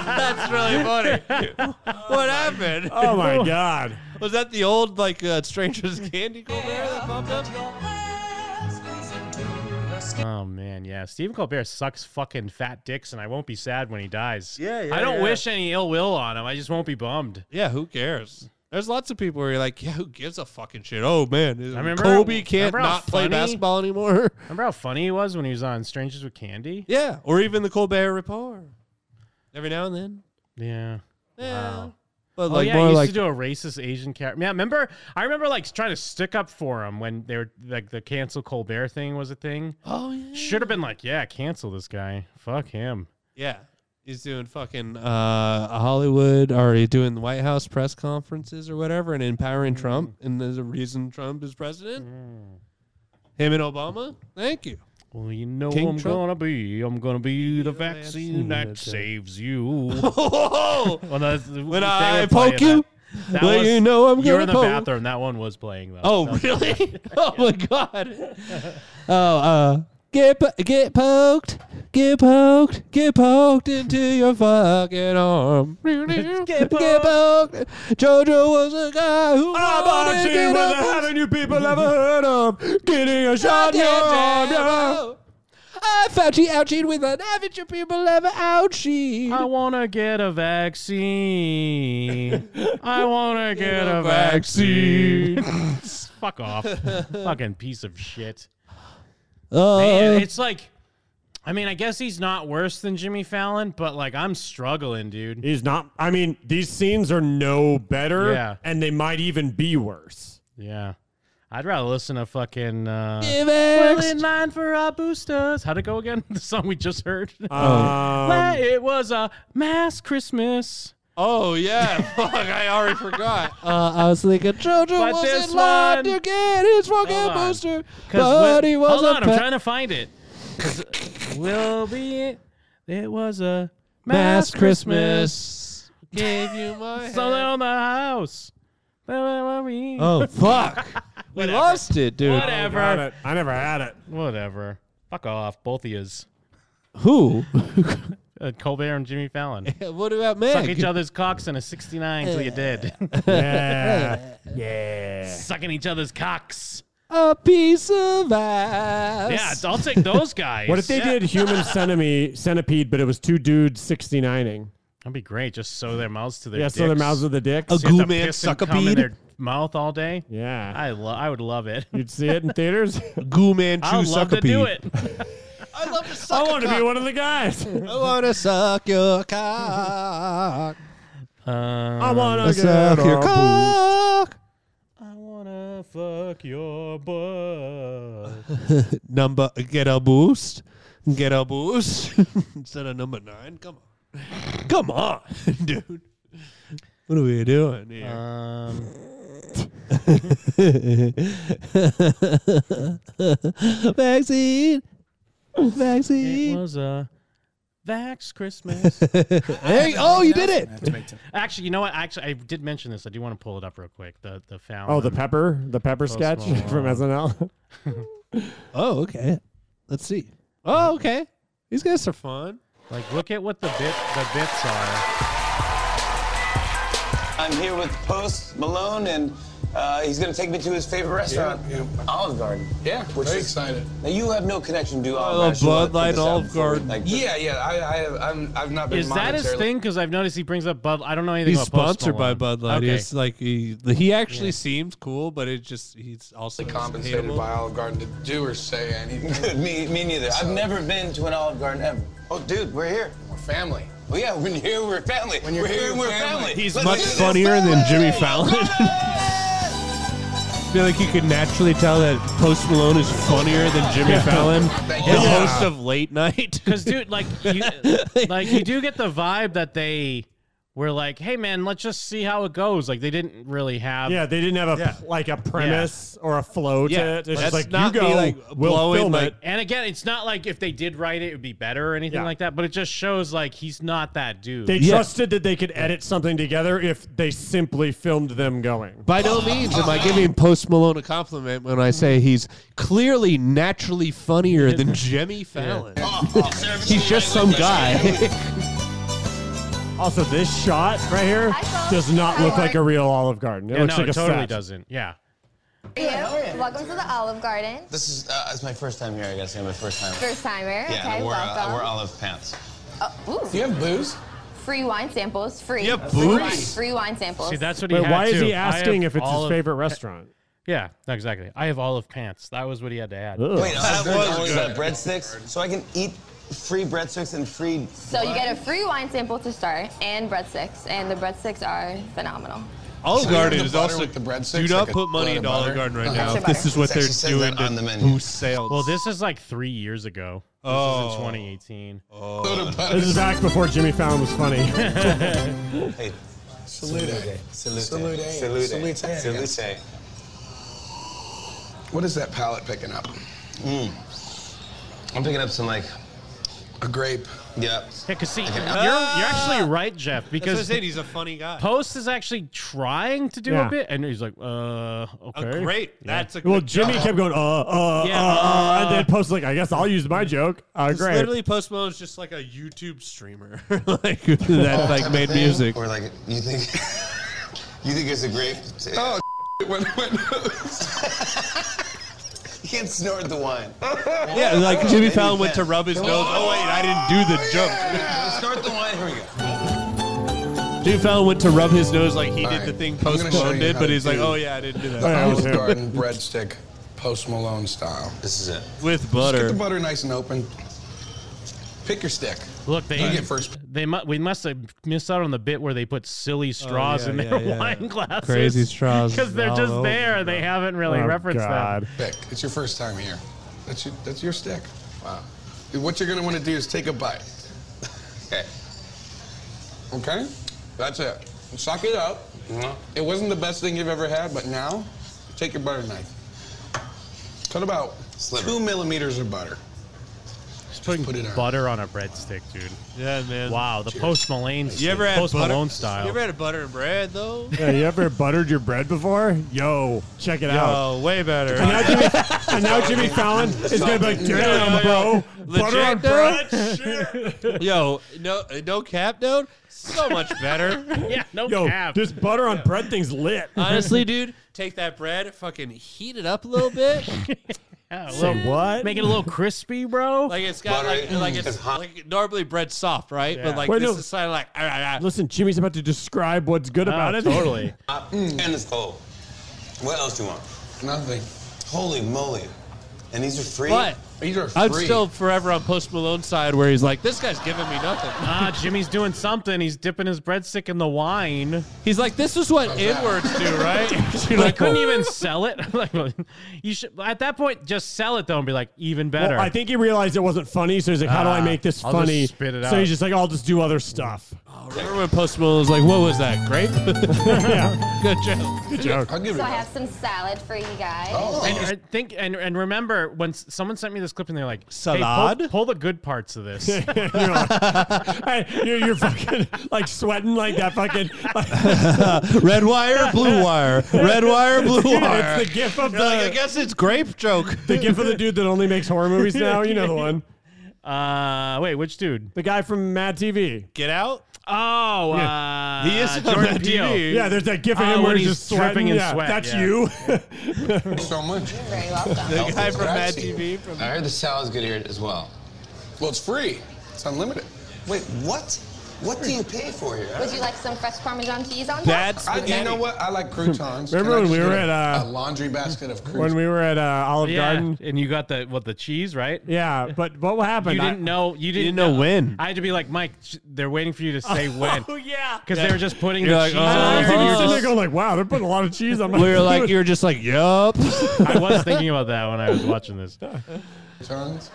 That's really funny. What happened? Oh my god. Was that the old like uh, Strangers Candy Colbert that popped up? Oh man, yeah. Stephen Colbert sucks fucking fat dicks, and I won't be sad when he dies. Yeah, yeah, I don't yeah. wish any ill will on him. I just won't be bummed. Yeah, who cares? There's lots of people where you're like, yeah, who gives a fucking shit? Oh man, I remember Kobe can't remember how not play funny- basketball anymore. Remember how funny he was when he was on Strangers with Candy? Yeah, or even the Colbert Report. Every now and then. Yeah. Wow. Oh But like yeah, he more used like to do a racist Asian character. Yeah, remember? I remember like trying to stick up for him when they were like the cancel Colbert thing was a thing. Oh yeah. Should have been like, yeah, cancel this guy. Fuck him. yeah, he's doing fucking uh, Hollywood or he's doing the White House press conferences or whatever, and empowering Trump. Mm. And there's a reason Trump is president. Him and Obama. Thank you. Well, you know King I'm Trump. gonna be. I'm gonna be the vaccine that saves you. Well, that's- they were Oh! I playing poke that. you, That well, was- you know I'm you were gonna in the poke. bathroom. That one was playing though. Oh, That was- really? oh my god. Oh, uh, get po- get poked, get poked, get poked into your fucking arm. get poked. Jojo was a guy who I'm wanted on to team get with up. haven't you people ever heard of getting a shot in your arm? Yeah. I Fauci ouchie with an average of people ever ouchie. I wanna get a vaccine. I wanna get a a vaccine. vaccine. Fuck off, fucking piece of shit. Uh, Man, it's like, I mean, I guess he's not worse than Jimmy Fallon, but like, I'm struggling, dude. He's not. I mean, these scenes are no better, Yeah. and they might even be worse. Yeah, I'd rather listen to fucking. Uh, Give We're it- in line for our boosters. How'd it go again? The song we just heard. Um, it was a mass Christmas. Oh yeah, fuck! I already forgot. Uh, I was thinking Jojo But was this in line one- to get his fucking Hold on. booster, 'Cause but when- he was hold a on, pe- I'm trying to find it. 'Cause Will be it. It was a Mass mass Christmas. Christmas. Gave you my Something hand. on the house. Oh Oh fuck! we lost it, dude. Whatever. Got it. I never had it. Whatever. Fuck off, both of yous. Who? Uh, Colbert and Jimmy Fallon. what about Suck Meg? each other's cocks in a 69 till you're dead. Yeah. yeah. Sucking each other's cocks. A piece of ass. Yeah, I'll take those guys. What if they Yeah. did human centipede, centipede, but it was two dudes 69ing? That'd be great. Just sew their mouths to their Yeah, dicks. sew their mouths with their dicks. A See if goo the man piss suck can a come in bead? their mouth all day. Yeah, I lo- I would love it. You'd see it in theaters. Goo man I would chew love suck a to do bead. it. I love to suck I want to be one of the guys. I want to suck your cock. I wanna Let's, get uh, a your boob. cock. I wanna fuck your butt. number get a boost, get a boost instead of number nine. Come on, come on, dude. What are we doing here? Um, vaccine, It vaccine. was uh, a Vax Christmas. Hey, oh, you did it. Actually, you know what? Actually, I did mention this. I do want to pull it up real quick. The the found. Oh, the pepper, the pepper Post sketch from SNL. oh, okay. Let's see. Oh, okay. These guys are fun. Like, look at what the bit the bits are. I'm here with Post Malone, and uh, he's going to take me to his favorite restaurant, Olive Garden. Yeah, very excited. Now you have no connection to Olive Oh, Garden. You wanna put love Oh, Bud Light this out Olive before we, Garden. Like, Yeah, yeah. I, I have, I'm, I've not been. Is that his monetarily- thing? Because I've noticed he brings up Bud. I don't know anything He's about Post sponsored by Malone. Bud Light. Okay. It's like he he actually seems cool, but it just he's also compensated hateable. by Olive Garden to do or say anything. me, me neither. So- I've never been to an Olive Garden ever. Oh, dude, we're here. We're family. Well, yeah, when you're here, we're family. When you're we're here, here, you're we're family. family. He's Let's much do this. funnier than Jimmy Fallon. I feel like you could naturally tell that Post Malone is funnier than Jimmy Yeah. Fallon, the Thank you. Yeah. host of Late Night. Because dude, like you, like you do get the vibe that they were like, "Hey man, let's just see how it goes." Like they didn't really have. yeah, they didn't have a like a premise or a flow to Yeah. it. It's Let's just like you not be, go, like, we'll blowing, film like- it. And again, it's not like if they did write it, it would be better or anything Yeah. like that. But it just shows like he's not that dude. They trusted that they could edit something together if they simply filmed them going. By no means am I giving Post Malone a compliment when I say he's clearly naturally funnier than Jimmy Fallon. he's just some guy. Also, this shot right here does not look like a real Olive Garden. It Yeah, looks no, like a it totally set. doesn't. Yeah. Hey, welcome to the Olive Garden. This is uh, it's my first time here. I guess I'm a first timer. First timer. Yeah, okay, and we're, uh, welcome. we're olive pants. Oh, ooh. Do you have booze? Free wine samples. Free. Yeah, free booze? wine, free wine samples. See, that's what he Wait, had why is too. he I have asking if it's his olive- favorite restaurant? Yeah, exactly. I have olive pants. That was what he had to add. Ugh. Wait, olive Garden owns, uh, breadsticks, so I can eat free breadsticks and free. So you get a free wine sample to start and breadsticks, and the breadsticks are phenomenal. Olive So you Garden have the is butter also. with the breadsticks, do not like a put money load into of Olive butter? Garden right Okay. now. Extra This is butter. what It they're actually says doing that on to the menu. boost sales. Well, this is like three years ago. This is Oh. in 2018. This is back before Jimmy Fallon was funny. Hey, Salute. Salute. Salute. Salute. Salute. Salute. Salute. What is that palate picking up? Hmm. Mm. I'm picking up some like A grape. yeah. Yeah, because see, Okay. you're, you're Ah! actually right, Jeff. That's what I Because said. He's a funny guy. Post is actually trying to do Yeah. a bit, and he's like, "Uh, okay, Oh, great. That's a well, good Jimmy job. kept going, uh, uh, Yeah. uh, uh, and then Post was like, I guess I'll use my joke. Uh, It's great. Literally, Post Malone's just like a YouTube streamer, like that like made music. Or like you think you think it's a grape? Oh, when, when, you can't snort the wine. Yeah, Oh, like Jimmy Fallon went to rub his Oh, nose. Oh wait, I didn't do the joke. Snort the wine. Here we go. Jimmy Fallon went to rub his nose like he All did right. the thing I'm Post gonna show Malone you did, how but to he's like, do oh yeah, I didn't do The that. Olive Garden breadstick, Post Malone style. This is it. With Just butter. get the butter nice and open. Pick your stick. Look, they You get first. They mu- we must have missed out on the bit where they put silly straws Oh, yeah, in yeah, their yeah. wine glasses. Crazy straws because they're all just over there. the They ground. haven't really Oh, referenced them. Pick. It's your first time here. That's your, that's your stick. Wow. What you're gonna want to do is take a bite. Okay. Okay. That's it. Suck it up. Uh-huh. It wasn't the best thing you've ever had, but now, take your butter knife. Cut about two millimeters of butter. Just putting put it on. butter on a breadstick, dude. Yeah, man. Wow, the post Malone, You ever had post butter? Malone style. You ever had a butter and bread though? yeah, you ever buttered your bread before? Yo, check it out. Yo, way better. And now Jimmy, and now Jimmy Fallon is going to be like, damn, bro. Butter on bread? bread? Yo, no, no cap, dude. So much better. yeah, no Yo, this butter on bread thing's lit. Honestly, dude, take that bread, fucking heat it up a little bit. Yeah, a Say little- what? Make it a little crispy, bro. Like it's got like, like it's like normally bread soft, right? But Yeah. like Wait, this no. is kind of like Listen, Jimmy's about to describe what's good Ah, about it. Hot Uh, mm. And it's cold. What else do you want? Nothing. Holy moly. And these are free. But These are free. I'm still forever on Post Malone's side where he's like, this guy's giving me nothing. Ah, Jimmy's doing something. He's dipping his breadstick in the wine. He's like, this is what inwards do, right? Dude, I couldn't even sell it. Like, you should at that point just sell it though and be like even better. Well, I think he realized it wasn't funny, so he's like, "How do I Ah, make this I'll just funny?" spit it so out. he's just like, "I'll just do other stuff." Remember when Post Malone was like, what was that, grape? yeah. Good joke. Good joke. So I have some salad for you guys. Oh, And I think and and remember when s- someone sent me this clip and they're like, hey, pull- Salad? pull, the good parts of this. you're, like, hey, you're, you're fucking like sweating like that fucking like- Red wire, blue wire. Red wire, blue Dude, wire. It's the gif of the. You're like, I guess it's grape joke. The gif of the dude that only makes horror movies now. You know the one. Uh, wait, which dude? The guy from Mad TV. Get out. Oh, uh, He is on Jordan Mad Peele. TV. Yeah, there's that gif of Oh, him where when he's he's just sweating. dripping in Yeah, sweat, that's yeah. you. so much. You're very welcome. The guy from Mad TV. From I heard the salad's good here as well. Well, it's free. It's unlimited. Wait, what? What do you pay for here? Would you like some fresh Parmesan cheese on top? I, you know what? I like croutons. Remember Can I when just we get were a- at, uh, a laundry basket of croutons? when we were at uh, Olive Yeah, Garden. and you got the what the cheese right? Yeah, but what happened? You I- didn't know. You didn't didn't, know when. I had to be like Mike. sh- They're waiting for you to say Oh, when. yeah. because they were just putting You're the like, cheese. oh, on I there, think and you're you're sitting there just- going like, "Wow, they're putting a lot of cheese on my." We were like, you were just like, yup. I was thinking about that when I was watching this. Croutons?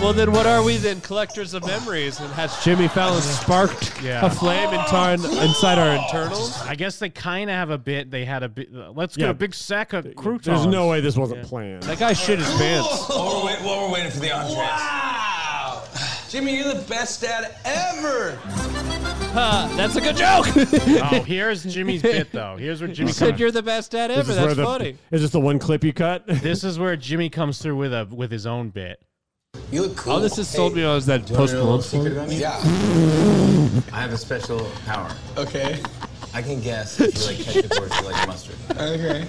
Well, then what are we then? Collectors of memories and has Jimmy Fallon sparked Yeah. a flame intern- inside our internals. I guess they kind of have a bit. They had a bit. Let's get Yeah. a big sack of croutons. There's no way this wasn't planned. That guy shit his pants. While we're, wait, while we're waiting for the entrees. Wow! Jimmy, you're the best dad ever! Huh, that's a good joke. oh, here's Jimmy's bit though. Here's where Jimmy You said comes- you're the best dad This ever. is That's where the- funny. Is this the one clip you cut? This is where Jimmy comes through with a with his own bit. You look All this is sold me on that Post Malone song. Yeah. I have a special power. Okay. I can guess if you like ketchup or if you like mustard. Okay.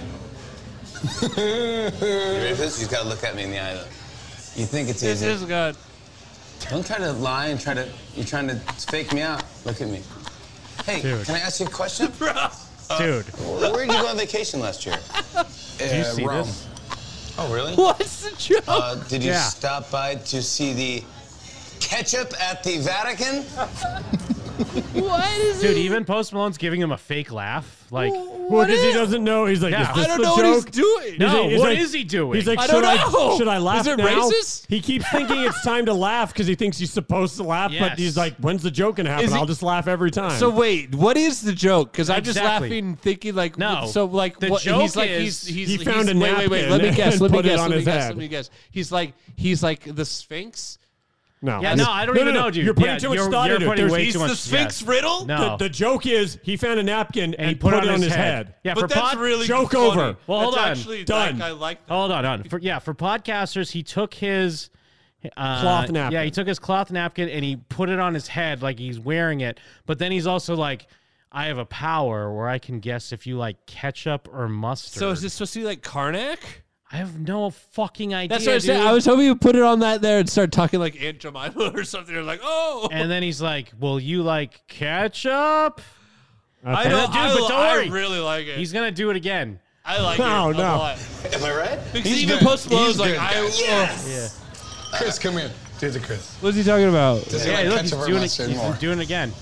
You ready for this? You just gotta look at me in the eye, though. You think it's easy. is good. Don't try to lie and try to. You're trying to fake me out. Look at me. Hey, Dude. can I ask you a question? Dude, Where did you go on vacation last year? Uh, did you see this? Oh, really? What's the joke? Uh, did you Yeah. stop by to see the ketchup at the Vatican? What is Dude, even Post Malone's giving him a fake laugh. Like, Well, because he doesn't know. He's like, Yeah. is this I don't the know what joke? he's doing. No, like- what like- is he doing? He's like, I should don't know. I should I Is laugh it now? racist? He keeps thinking it's time to laugh because he thinks he's supposed to laugh, but Yes. he's like, when's the joke gonna happen? Is he- I'll just laugh every time. So wait, what is the joke? Because I'm just Exactly. laughing, thinking like, No. So like, The what, joke he's like, is- he's, he's He found he's- a wait, wait, wait. Let me napkin guess. and Let me put it guess. Let on me his guess. head. Let me guess. He's like, he's like the Sphinx. no, Yeah, I no, just- I don't even know, dude. You're putting Yeah, too much you're- thought you're into it. putting There's- way he's too the much- Sphinx. yes. riddle? No. The, the joke is he found a napkin and, he put, it on his head. Yeah, But for that's pod- really Joke funny. over. Well, hold That's on. Actually, Done. Like, I like that. Hold on, hold on. For, yeah, for podcasters, he took his uh, Cloth napkin. Yeah, he took his cloth napkin and he put it on his head like he's wearing it. But then he's also like, I have a power where I can guess if you like ketchup or mustard. So is this supposed to be like Karnak? I have no fucking idea. That's what I dude. said. I was hoping you put it on that there and start talking like Aunt Jemima or something. You're like, oh, and then he's like, "Will you like ketchup?" I And don't. then- dude, I, but don't I worry. really like it. He's gonna do it again. I like No, it a no. lot. Am I right? Because He's even good. Post Malone's He's like, good, I. guys. oh. Yeah. Chris, come here. Here's a Chris. what's he talking about? Does Yeah, he look, like he's ketchup or doing it. mustard He's more? doing it again.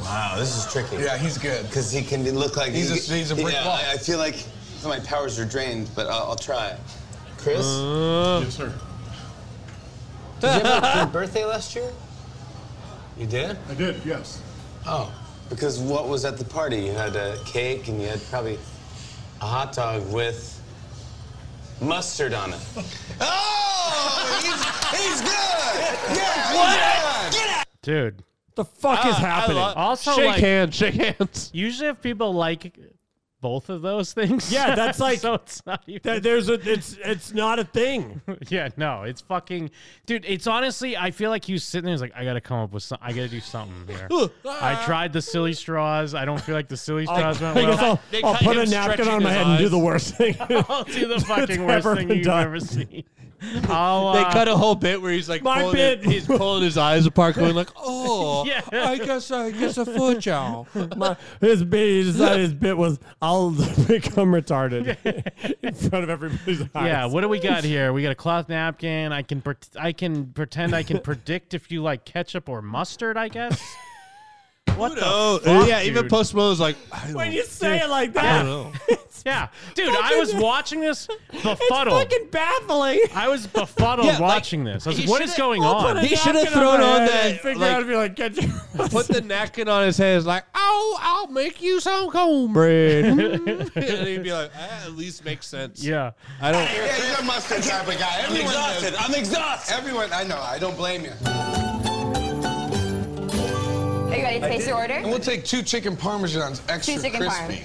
Wow, this is tricky. Yeah, he's good. Because he can look like He's a- he's a brick yeah, wall. I, I feel like my powers are drained, but I'll, I'll try. Chris, yes, sir. did you have a birthday last year? You did? I did, yes. Oh, because what was at the party? You had a cake and you had probably a hot dog with mustard on it. Oh! He's, he's good! Yeah, he's good! Dude. The fuck is I happening? love- Also, shake like, hands. Shake hands. usually if people like both of those things? Yeah, that's like so it's not even. that there's a it's it's not a thing. yeah, no, it's fucking, dude. It's honestly, I feel like he was sitting there. He's like, I gotta come up with something. I gotta do something here. I tried the silly straws. I don't feel like the silly straws went I guess well. I'll- They I'll cut put him a napkin on stretching my his head and do eyes. the worst thing I'll do the that's fucking worst ever thing been you've done. ever seen. I'll, they uh, cut a whole bit where he's like my pulling it- bit. he's pulling his eyes apart, going like, "Oh, Yeah. I guess I guess a foot y'all." My, his bit, he decided his bit was I'll become retarded in front of everybody's eyes. Yeah, what do we got here? We got a cloth napkin. I can pre- I can pretend I can predict if you like ketchup or mustard. I guess. What the Oh, fuck, yeah. Even dude? Post Malone's like, I don't When you say it like I that, don't know. yeah, dude, I was watching this befuddled. fucking baffling. I was befuddled Yeah, like, watching this. I was he like, what is should've- going I'll on? put a He should've napkin on thrown my on head that, and figure like- out if you like ketchup. Put the napkin on his head. It's like, "Oh, I'll make you some cornbread." and he'd be like, "Ah, "At least makes sense." Yeah, I don't. Yeah, you're a mustard type of guy. I'm Everyone does. exhausted. I'm exhausted. Everyone, I know. I don't blame you. Are you ready to place your order? And we'll take two chicken parmesans, extra Two chicken crispy.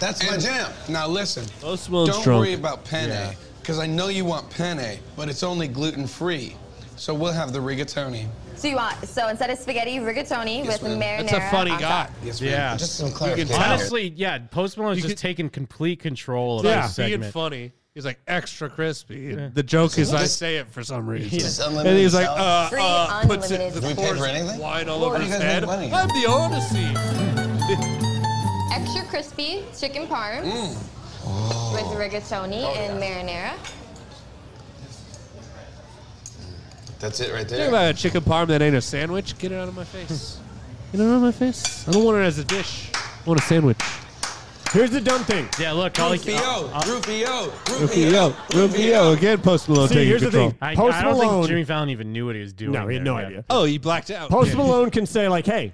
That's my jam. Now listen. Don't Simone's drunk. worry about penne, because I know you want penne, but it's only gluten free. So we'll have the rigatoni. So you want so instead of spaghetti, rigatoni Yes, with marinara. ma'am. That's a funny on guy. top. Yes, ma'am. yeah. Just some clarification. Honestly, yeah, Post Malone's just taking complete control of this being segment. funny. He's like extra crispy. The joke is I Just- say it for some reason. Just and unlimited he's like, salad? uh, Free uh, puts it, unlimited the Do we pay pours for anything? wine all Lord, over you his guys make head. money. I'm the Odyssey. Extra crispy chicken parm Mm. with rigatoni Oh, and marinara. That's it right Think there. about a chicken parm that ain't a sandwich. Get it out of my face. Get it out of my face. I don't want it as a dish. I want a sandwich. Here's the dumb thing. Yeah, look, I'll, I'll, I'll, Rufio, Rufio, Rufio again. Post Malone See, taking here's the control. thing. I, I Post don't Malone- think Jimmy Fallon even knew what he was doing. No, he had there, no yeah. idea. Oh, he blacked out. Post Yeah. Malone can say like, "Hey,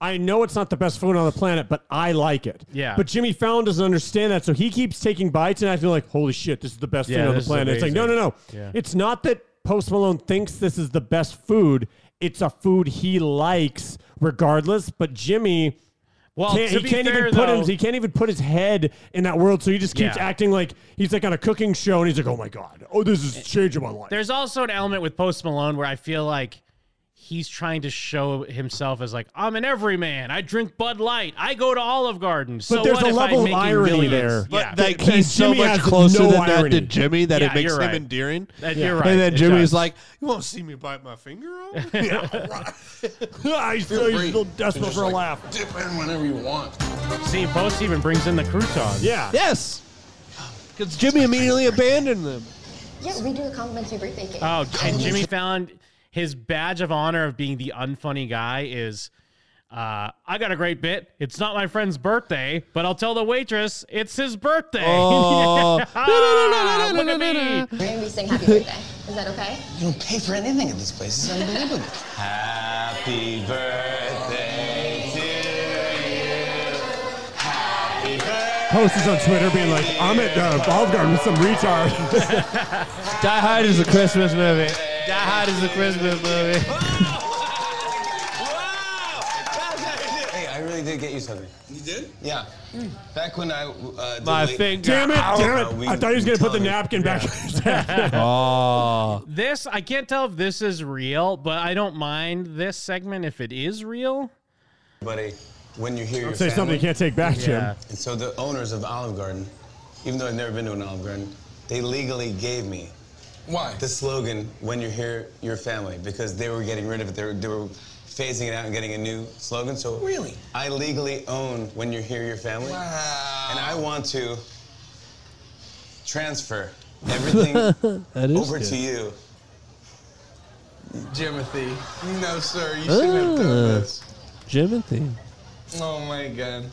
I know it's not the best food on the planet, but I like it." Yeah. But Jimmy Fallon doesn't understand that, so he keeps taking bites, and I feel like, "Holy shit, this is the best Yeah, food on the this is planet." It's like, no, no, amazing. no. Yeah. It's not that Post Malone thinks this is the best food. It's a food he likes, regardless. But Jimmy. Well, can't, to he be can't fair, even put him. though- He can't even put his head in that world. So he just keeps Yeah. acting like he's like on a cooking show, and he's like, "Oh my god, oh this is changing my life." There's also an element with Post Malone where I feel like he's trying to show himself as like I'm an everyman. I drink Bud Light. I go to Olive Garden. But so there's what a if level I'm of making irony millions? there. Yeah. But like That he's so Jimmy much has closer no than that irony. to Jimmy that Yeah, it makes you're him right. endearing. That- you're right. And then It Jimmy's does. like, "You won't see me bite my finger off." yeah, Ah, he's still, he's still desperate for a laugh. Dip in whenever you want. See, Post even brings in the croutons. Yeah. yes, because Jimmy immediately abandoned them. Yeah, redo the complimentary birthday cake. Oh, and Jimmy found his badge of honor of being the unfunny guy is. Uh, I got a great bit. It's not my friend's birthday, but I'll tell the waitress it's his birthday. Oh. Ah, Look at me. We're gonna be saying happy birthday. Is that okay? You don't pay for anything at this place. It's unbelievable. Happy birthday to you. Happy birthday. Post is on Twitter being like, "I'm at uh, Olive Garden with some retard." Die Hard is a Christmas movie. Die Hard is a Christmas movie. Hey, I really did get you something. You did? Mm. Yeah. Back when I uh, did My late- finger. damn it! Ow. Damn it! I thought he was gonna put the napkin back. in his head. Oh, This I can't tell if this is real, but I don't mind this segment if it is real. Buddy, when you hear your Say something family- you can't take back, Jim. Yeah. And so the owners of Olive Garden, even though I've never been to an Olive Garden, they legally gave me Why? the slogan "When you hear your family" because they were getting rid of it. They were, they were phasing it out and getting a new slogan. So Really? I legally own "When you hear your family," and I want to transfer everything that is over good. to you. Jimothy. No, sir. You shouldn't Ah. have done this. Jimothy. Oh my god.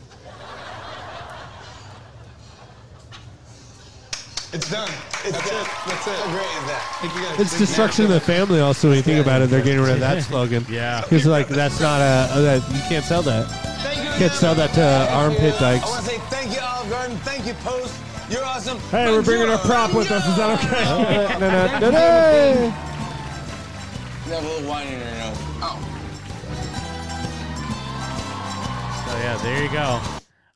It's done. That's it. That's it. How great is that? Thank you guys. It's Thank you. destruction of the family. Also, when you think about it, they're getting rid of that slogan. Yeah. because like that's not a oh, that, you can't sell that. Thank you. You can't sell that to uh, armpit I want dykes. to say thank you, Olive Garden. Thank you, Post. You're awesome. Hey, we're bringing our prop with us. Is that okay? Da-da-da-da. You have a little wine in your nose. Oh. So yeah, there you go. Uh,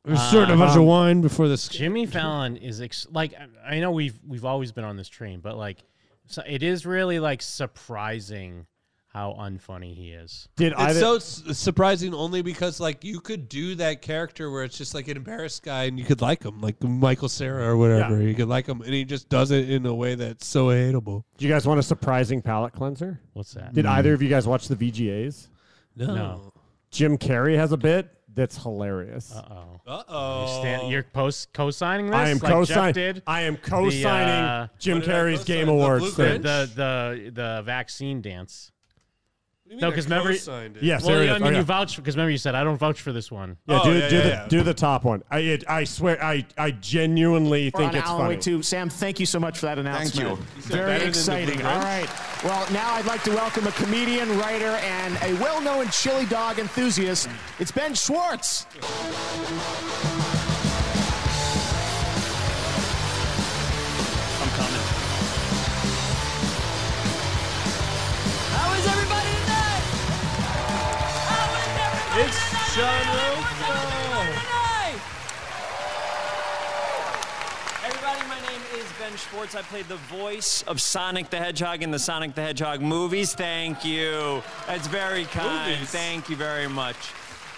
um, We served a bunch of wine before this. Jimmy Fallon is ex- like I- I know we've we've always been on this train, but like so it is really like surprising how unfunny he is. Did I? either- it's so s- surprising only because like you could do that character where it's just like an embarrassed guy and you could like him, like Michael Sarah or whatever. You could like him, and he just does it in a way that's so hateable. Do you guys want a surprising palate cleanser? What's that? Did Mm. either of you guys watch the VGAs? No. No. Jim Carrey has a bit that's hilarious. Uh oh. Uh oh. You're post co-signing this. I am like Jeff co-signing- did? I am co-signing Jim What did I Carrey's co-sign? Game The Awards The Blue the, thing. the the vaccine dance. do you No, mean I because remember, co-signed it? Yes, well, there it I is. mean, Okay. you vouch because remember you said I don't vouch for this one. Oh, Yeah, do, do the do the top one. I it, I swear I I genuinely We're think on it's Allen funny. Way too. Sam, thank you so much for that announcement. you. He said better Very than the exciting. Blue All Ridge. right. Well, now I'd like to welcome a comedian, writer, and a well-known chili dog enthusiast. It's Ben Schwartz. I'm coming. How is everybody tonight? How is everybody it's tonight? Everybody, my name is Ben Schwartz. I played the voice of Sonic the Hedgehog in the Sonic the Hedgehog movies. Thank you. That's very kind. Movies. Thank you very much.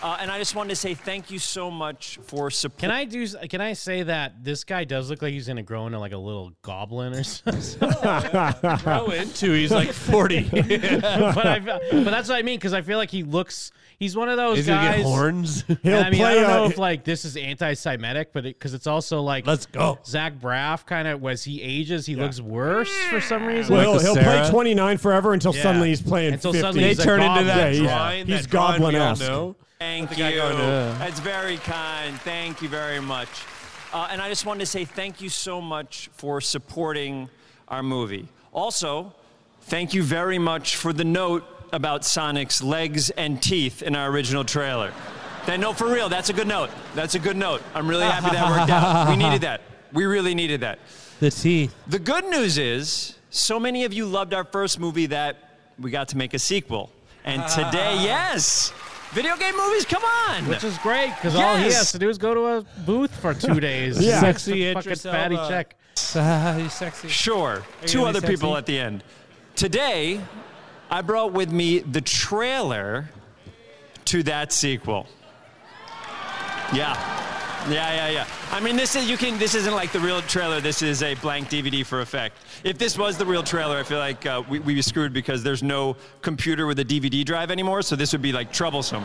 Uh, and I just wanted to say thank you so much for supporting. Can I do? s- Can I say that this guy does look like he's gonna grow into like a little goblin or something? Grow into, he's like 40. but, I, fe- but that's what I mean because I feel like he looks. He's one of those Is he gonna guys. get horns? And He'll I mean, I play don't know a- if like this is anti-Semitic, but because it's also like let's go. Zach Braff kind of was he ages, he looks worse for some reason. Well, he'll, he'll play 29 forever until Yeah. suddenly he's playing Until 50. suddenly They he's a turn into goblin. that he's- drawing, he's that drawing we all goblin esque. know. Thank The you. guy going, "Uh." That's very kind. Thank you very much. Uh, and I just wanted to say thank you so much for supporting our movie. Also, thank you very much for the note about Sonic's legs and teeth in our original trailer. That no, for real, that's a good note. That's a good note. I'm really happy that worked out. We needed that. We really needed that. The teeth. The good news is, so many of you loved our first movie that we got to make a sequel. And today, yes, video game movies, come on. Which is great because all he Yes. has to do is go to a booth for two days. Yeah. Sexy fucking Idris fatty Elba. check. sexy. Sure. you Two gonna be other people sexy? at the end. Today, I brought with me the trailer to that sequel. Yeah. Yeah, yeah, yeah. I mean, this is you can. This isn't like the real trailer. This is a blank DVD for effect. If this was the real trailer, I feel like uh, we we screwed because there's no computer with a DVD drive anymore. So this would be like troublesome.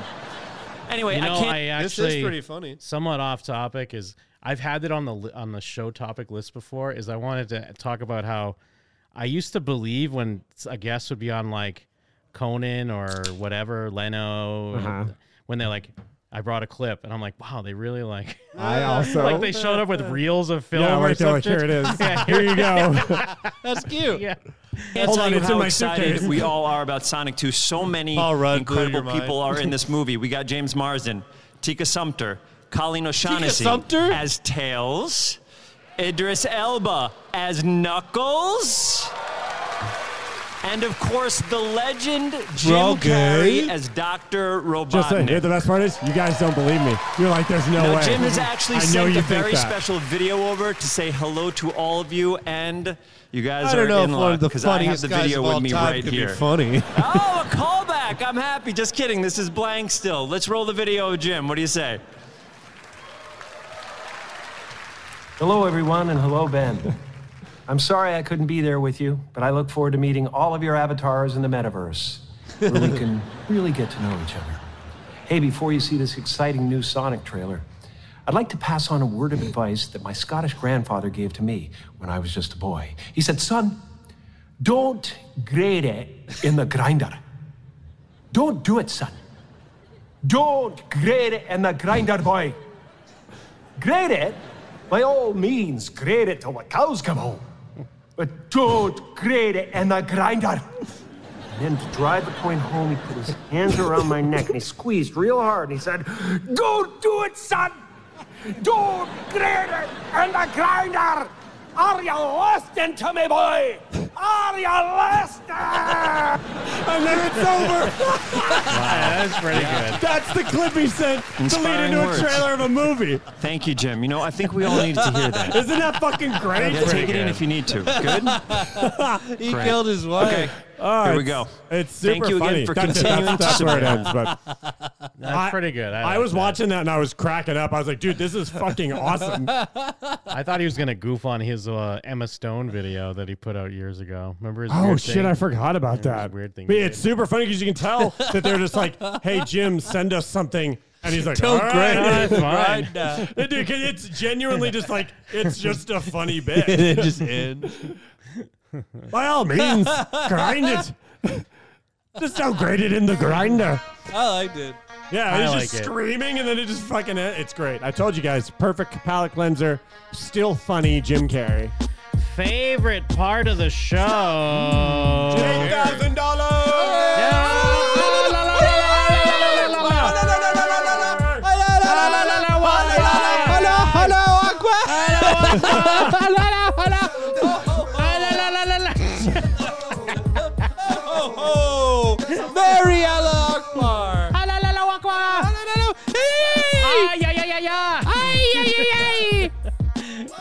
Anyway, You know, I can't. actually, funny. Somewhat off topic is I've had it on the li- on the show topic list before. Is I wanted to talk about how I used to believe when a guest would be on like Conan or whatever Leno Uh-huh. when they're like. I brought a clip, and I'm like, "Wow, they really like." I also- like they showed up with reels of film. Yeah, or like they're like, something. "Here it is. Yeah, Here you go." That's cute. Yeah. Can't tell you how excited we all are about Sonic 2. So many Paul Rudd blew incredible your mind. people are in this movie. We got James Marsden, Tika Sumpter, Colleen O'Shaughnessy Sumpter? as Tails, Idris Elba as Knuckles, and of course the legend all Jim gay? Carrey as Dr. Robotnik. Just saying, here, the best part is you guys don't believe me. You're like, there's no, way. Jim has actually I know sent you a think very that. special video over to say hello to all of you, and you guys I are don't know in if luck one of the 'cause I have funniest the guys video of all with me time right could be here. funny. oh, a callback! I'm happy. Just kidding. This is blank still. Let's roll the video, of Jim. What do you say? Hello, everyone, and hello, Ben. I'm sorry I couldn't be there with you, but I look forward to meeting all of your avatars in the metaverse, where we can really get to know each other. Hey, before you see this exciting new Sonic trailer, I'd like to pass on a word of advice that my Scottish grandfather gave to me when I was just a boy. He said, Son, don't grate it in the grinder. Don't do it, son. Don't grate it in the grinder, boy. Grate it? By all means, grate it till the cows come home. But don't grate it in the grinder. And then to drive the point home, he put his hands around my neck and he squeezed real hard and he said, Don't do it, son! Don't grate it in the grinder! Are you listening to me, boy? Are you listening? and then it's over. that's pretty good. That's the clip he sent to lead Inspiring into words. a trailer of a movie. Thank you, Jim. You know, I think we all needed to hear that. Isn't that fucking great? Yeah, take it in if you need to. Good. he Great. killed his wife. Okay. Here we go. It's super Thank you again funny. for That's- continuing that's, that's to where it ends. support. But That's pretty good. I, I, like was that. watching that and I was cracking up. I was like, dude, this is fucking awesome. I thought he was gonna goof on his uh, Emma Stone video that he put out years ago. Remember his? Oh weird shit! thing? I forgot about Remember his that. weird thing. But he it's did? super funny because you can tell that they're just like, "Hey Jim, send us something," and he's like, Tell "All right, Greg. All right, Right fine. now." Dude, 'cause it's genuinely just like it's just a funny bit. And it just ends. By all means, grind it. just downgrade it in the grinder. I liked it. Yeah, I he's like just it. screaming, and then it just fucking it's great. I told you guys, perfect palate cleanser, still funny. Jim Carrey. favorite part of the show. Eight thousand Oh, Mary Allah Akbar.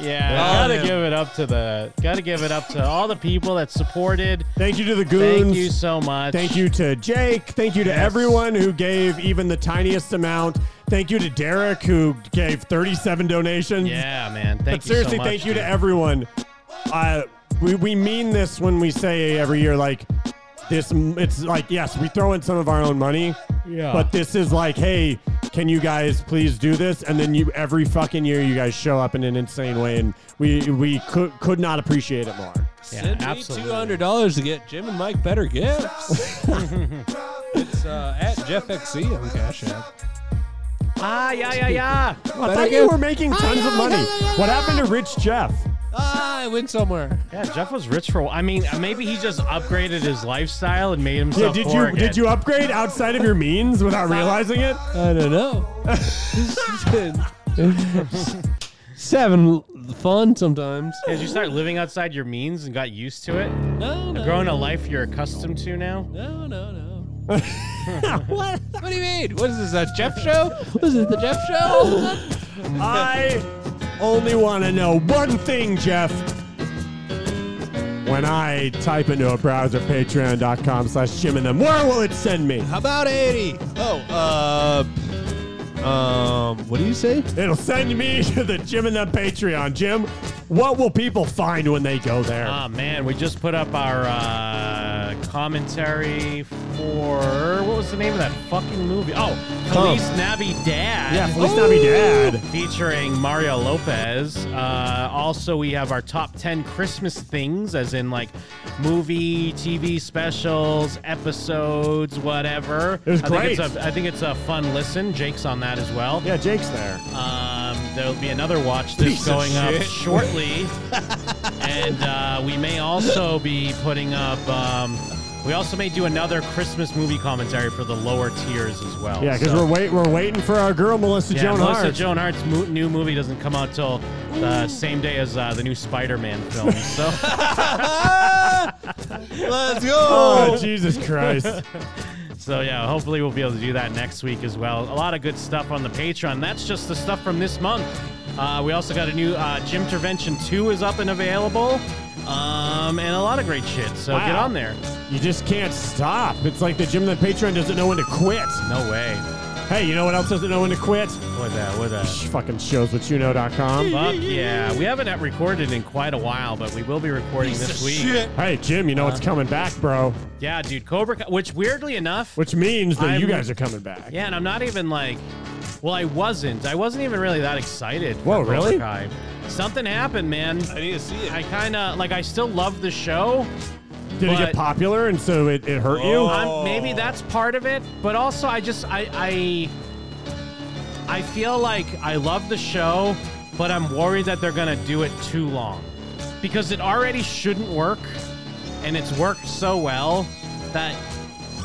Yeah, Oh, gotta yeah. give it up to the gotta give it up to all the people that supported. Thank you to the goons. Thank you so much. Thank you to Jake. Thank you to Yes. everyone who gave even the tiniest amount. Thank you to Derek who gave 37 donations. Yeah, man. Thank you but so seriously, much, thank you to dude. everyone. Uh, we, we mean this when we say every year, like, this, it's like, yes, we throw in some of our own money. Yeah. But this is like, hey, can you guys please do this? And then you, every fucking year, you guys show up in an insane way, and we we could could not appreciate it more. Send me two hundred dollars to get Jim and Mike better gifts. it's uh, at Jeff XC on Cash App. Ah, yeah, yeah, yeah. Ah, I thought you were making tons of money. What happened to Rich Jeff? Ah, I went somewhere. Yeah, Jeff was rich for. I mean, uh, maybe he just upgraded his lifestyle and made Yeah, himself. did poor you again. did you upgrade outside of your means without realizing it? I don't know. Seven fun sometimes. Did you start living outside your means and got used to it? No, no. Growing a life you're accustomed to now. No, no, no. what? What do you mean? What is this? A Jeff show? Was this the Jeff show? I only want to know one thing, Jeff. When I type into a browser patreon.com slash Jim and them, where will it send me? How about eighty? Oh, uh, um, what do you say? It'll send me to the Jim and them Patreon. Jim, what will people find when they go there? Ah man, we just put up our uh, commentary for what was the name of that fucking movie? Oh, Police Navi Dad. Yeah, Feliz Navidad. Featuring Mario Lopez. Uh, also, we have our top 10 Christmas things, as in like movie, TV specials, episodes, whatever. It was I Think great. it's a, I think it's a fun listen. Jake's on that as well. yeah, Jake's there. Um, there'll be another watch that's Piece of going up shit. shortly, and uh, we may also be putting up. Um, we also may do another Christmas movie commentary for the lower tiers as well. Yeah, because So- we're wait we're waiting for our girl Melissa yeah, Joan Melissa Hart. Joan Hart's mo- new movie doesn't come out till the same day as uh, the new Spider-Man film. So Let's go. oh Jesus Christ! So yeah, hopefully we'll be able to do that next week as well. A lot of good stuff on the Patreon. That's just the stuff from this month. Uh, we also got a new uh, Gym Intervention 2 is up and available, um, and a lot of great shit. So get Wow. on there. You just can't stop. It's like the gym that Patreon doesn't know when to quit. No way. Hey, you know what else doesn't know when to quit? What that? What that? Psh, Fucking shows what you know.com. Fuck yeah! We haven't had recorded in quite a while, but we will be recording this week. Uh-huh. Hey Jim, you know it's coming back, bro. Yeah, dude, Cobra. Kai- Which weirdly enough, Which means that you I'm- guys are coming back. Yeah, and I'm not even like, well, I wasn't. I wasn't even really that excited. Whoa, for Cobra really? Kai. Something happened, man. I need to see it. I kind of like. I still love the show. Did it but- get popular and so it, it hurt you? Oh. I'm, maybe that's part of it, but also I just I I I feel like I love the show, but I'm worried that they're gonna do it too long because it already shouldn't work, and it's worked so well that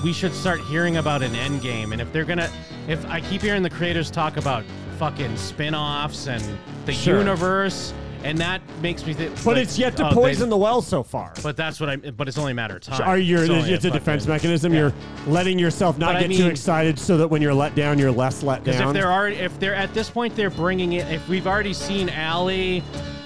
we should start hearing about an end game. And if they're gonna, if I keep hearing the creators talk about fucking spin-offs and the Sure. universe. and that makes me think. But it's Oh, yet to poison the well so far. But that's what I. But it's only a matter of time. Are you? It's It's, only a fucking- defense mechanism. You're letting yourself not But I get too mean- excited, so that when you're let down, you're less let Because if down. they're already, if they're at this point, they're bringing it. If we've already seen Allie,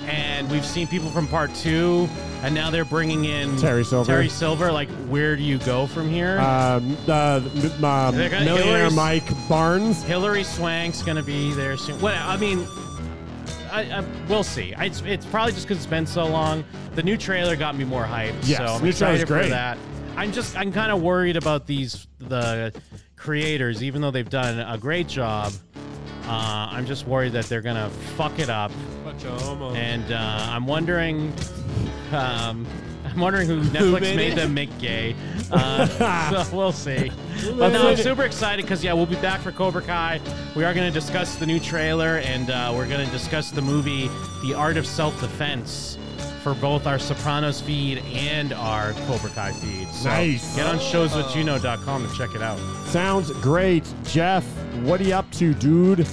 and we've seen people from part two, and now they're bringing in Terry Silver. Terry Silver. Like, where do you go from here? um, uh, m- um, They're gonna- millionaire Hillary's- Mike Barnes. Hillary Swank's gonna be there soon. What I mean, I, I, we'll see. I, it's, it's probably just because it's been so long. The new trailer got me more hyped. Yes, so I'm new trailer's excited great. for that. I'm just I'm kind of worried about these the creators, even though they've done a great job. Uh, I'm just worried that they're gonna fuck it up. Bunch of homos. And uh, I'm wondering, um, I'm wondering who Netflix made made, it? them make gay. Uh, so we'll see. Who But no, made I'm it? super excited because yeah, we'll be back for Cobra Kai. We are going to discuss the new trailer and uh, we're going to discuss the movie The Art of Self Defense for both our Sopranos feed and our Cobra Kai feed. So Nice. Get on showswhatyouknow.com and check it out. Sounds great, Jeff. What are you up to, dude?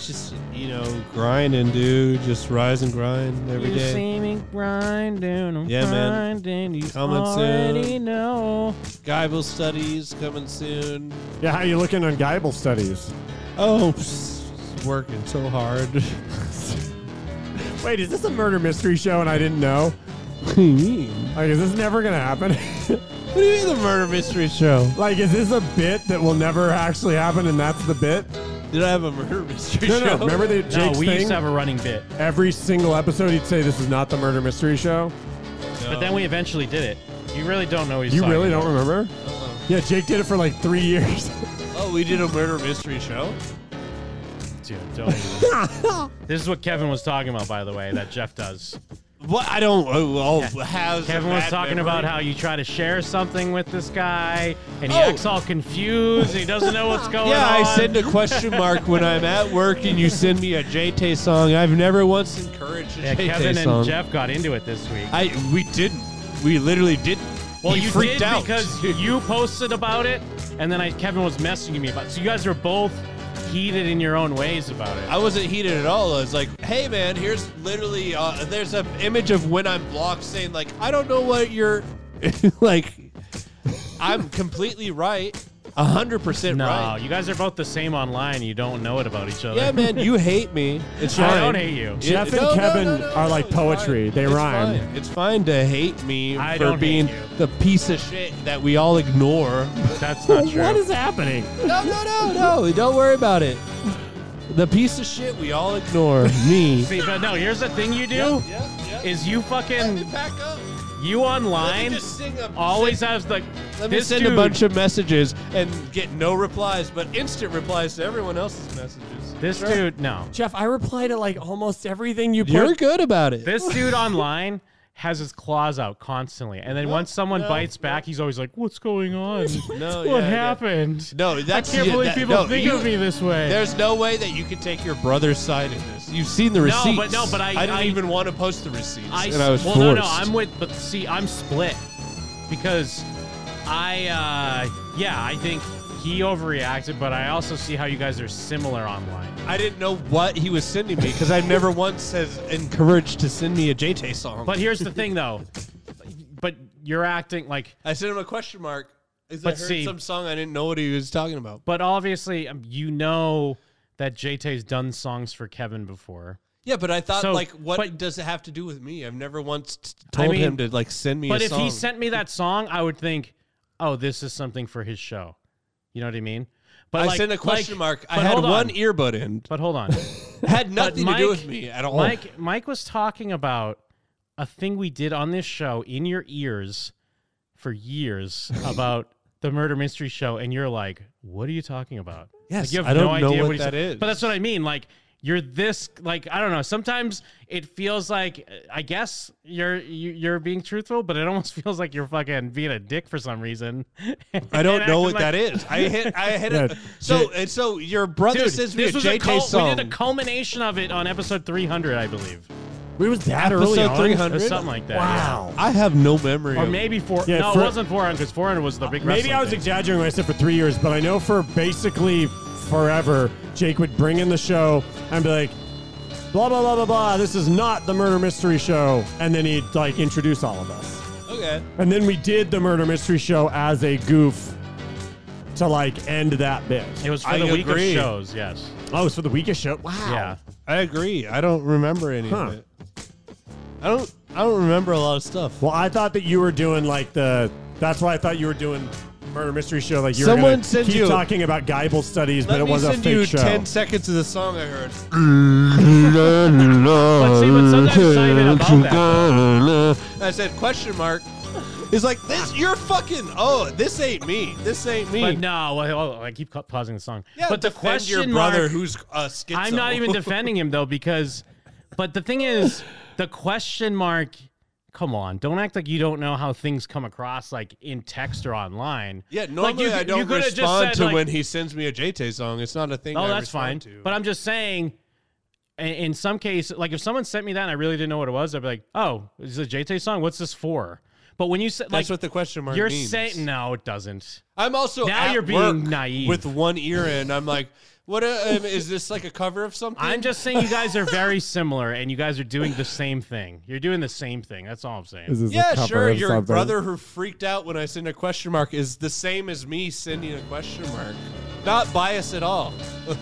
Just you know, grinding, dude. Just rise and grind every day. me grinding, Yeah, man. grinding, you Coming soon. already know. Guyville studies coming soon. Yeah, how you looking on Geibel studies? Oh, psst, working so hard. Wait, is this a murder mystery show and I didn't know? What do you mean? Like, is this never gonna happen? what do you mean the murder mystery show? Like, is this a bit that will never actually happen and that's the bit? Did I have a murder mystery No, show? no, remember the No, Jake's we thing? used to have a running bit, Every single episode, he'd say, "This is not the murder mystery show." but um, then we eventually did it. You really don't know what he's You talking really about. don't remember? Yeah, Jake did it for like three years. Oh, we did a murder mystery show. Dude, don't. even. this is what Kevin was talking about, by the way, that Jeff does. What I don't. Oh, oh how's Kevin a was bad talking memory? about how you try to share something with this guy, and he Oh. acts all confused. and He doesn't know what's going yeah, on. I send a question mark when I'm at work, and you send me a JT song. I've never once encouraged a Yeah, JT Kevin song. and Jeff got into it this week. I we didn't. We literally didn't. well, He you freaked did out. because you posted about it, and then I, Kevin was messaging me about. it. So you guys are both heated in your own ways about it. I wasn't heated at all. I was like, "Hey, man, here's literally uh, there's an image of when I'm blocked, saying like, I don't know what you're like. I'm completely right, hundred percent no, right. you guys are both the same online. You don't know it about each other. Yeah, man, you hate me. It's I fine. don't hate you. Jeff and No, no, Kevin no, no, are like poetry; they it's rhyme. Fine. It's fine to hate me I for don't hate being you. the piece of shit that we all ignore. That's not true. What is happening? No, no, no, no. Don't worry about it. The piece of shit we all ignore. me. See, but no, here's the thing you do is you fucking Back up. you Let online me just sing a- always has the Let me this send dude, a bunch of messages and get no replies, but instant replies to everyone else's messages. This dude, no. Jeff, I reply to like almost everything you put. You're good about it. This dude online has his claws out constantly, and then once someone bites back, he's always like, "What's going on? No, what yeah, yeah. happened? No, that's I can't yeah, believe that- people no, think you- of me this way." There's no way that you could take your brother's side in this. You've seen the receipts. No, but no, but I I didn't I- even want to post the receipts, I, and I was well, forced. no, no, I'm with, but see, I'm split because I, uh, yeah, I think he overreacted, but I also see how you guys are similar online. I didn't know what he was sending me because I never once has encouraged to send me a JT song. But here's the thing, though. But you're acting like I sent him a question mark. Is I But heard see- some song I didn't know what he was talking about. But obviously, um, you know that JT's done songs for Kevin before. Yeah, but I thought So- like, what does it have to do with me? I've never once t- told I mean, him to like send me. But a if song. he sent me that song, I would think, oh, this is something for his show. You know what I mean? But I like- sent a question like- mark. I but had hold on. one earbud in. But hold on, had But nothing to Mike- do with me at all. Mike, Mike was talking about a thing we did on this show in your ears for years about the murder mystery show, and you're like, "What are you talking about?" Yes, Like, you have I no don't know idea what he's- that is. But that's what I mean. Like, you're this. Like, I don't know. Sometimes it feels like, I guess you're you, you're being truthful, but it almost feels like you're fucking being a dick for some reason. I don't And know acting what like- that is. I hit. I hit. A, so and so your brother Dude, sends me this a was JT a cul- song. We did a culmination of it on episode 300, I believe. We was that early episode on? three hundred, Or something like that, Wow. I have no memory. Or of- maybe four. Yeah, no, for- it wasn't 400 because 400 was the big Maybe I was exaggerating when I said for three years, but I know for basically forever, Jake would bring in the show and be like, blah blah blah blah blah. This is not the murder mystery show, and then he'd like introduce all of us. Okay. And then we did the murder mystery show as a goof to like end that bit. It was for the week of shows, yes. Oh, it was for the week of show. Wow. Yeah. I agree. I don't remember any Huh. of it. I don't. I don't remember a lot of stuff. Well, I thought that you were doing like the. That's why I thought you were doing murder mystery show. Like you were Someone gonna sent keep you- talking about Geibel studies, Let but it me was a send fake you show. ten seconds of the song I heard. Let's see, but sometimes I even about I said question mark. He's like this. Ah. You're fucking. Oh, this ain't me. This ain't me. But no, well, I keep ca- pausing the song. Yeah, but the defend question your brother mark- who's a schizo. I'm not even defending him though because, but the thing is, the question mark. Come on, don't act like you don't know how things come across, like in text or online. Yeah, normally Like, you- I you don't coulda just respond said, to like- when he sends me a JT song. It's not a thing. Oh, I that's fine. respond to. But I'm just saying, i- in some case, like if someone sent me that and I really didn't know what it was, I'd be like, "Oh, is it a JT song? What's this for?" But when you said, like, That's what the question mark You're means. saying no, it doesn't. I'm also now at you're work being naive with one ear in. I'm like, what uh, um, is this like a cover of something? I'm just saying you guys are very similar and you guys are doing the same thing. You're doing the same thing. That's all I'm saying. This is a yeah, cover sure. of Your something. brother who freaked out when I send a question mark is the same as me sending a question mark. Not biased at all.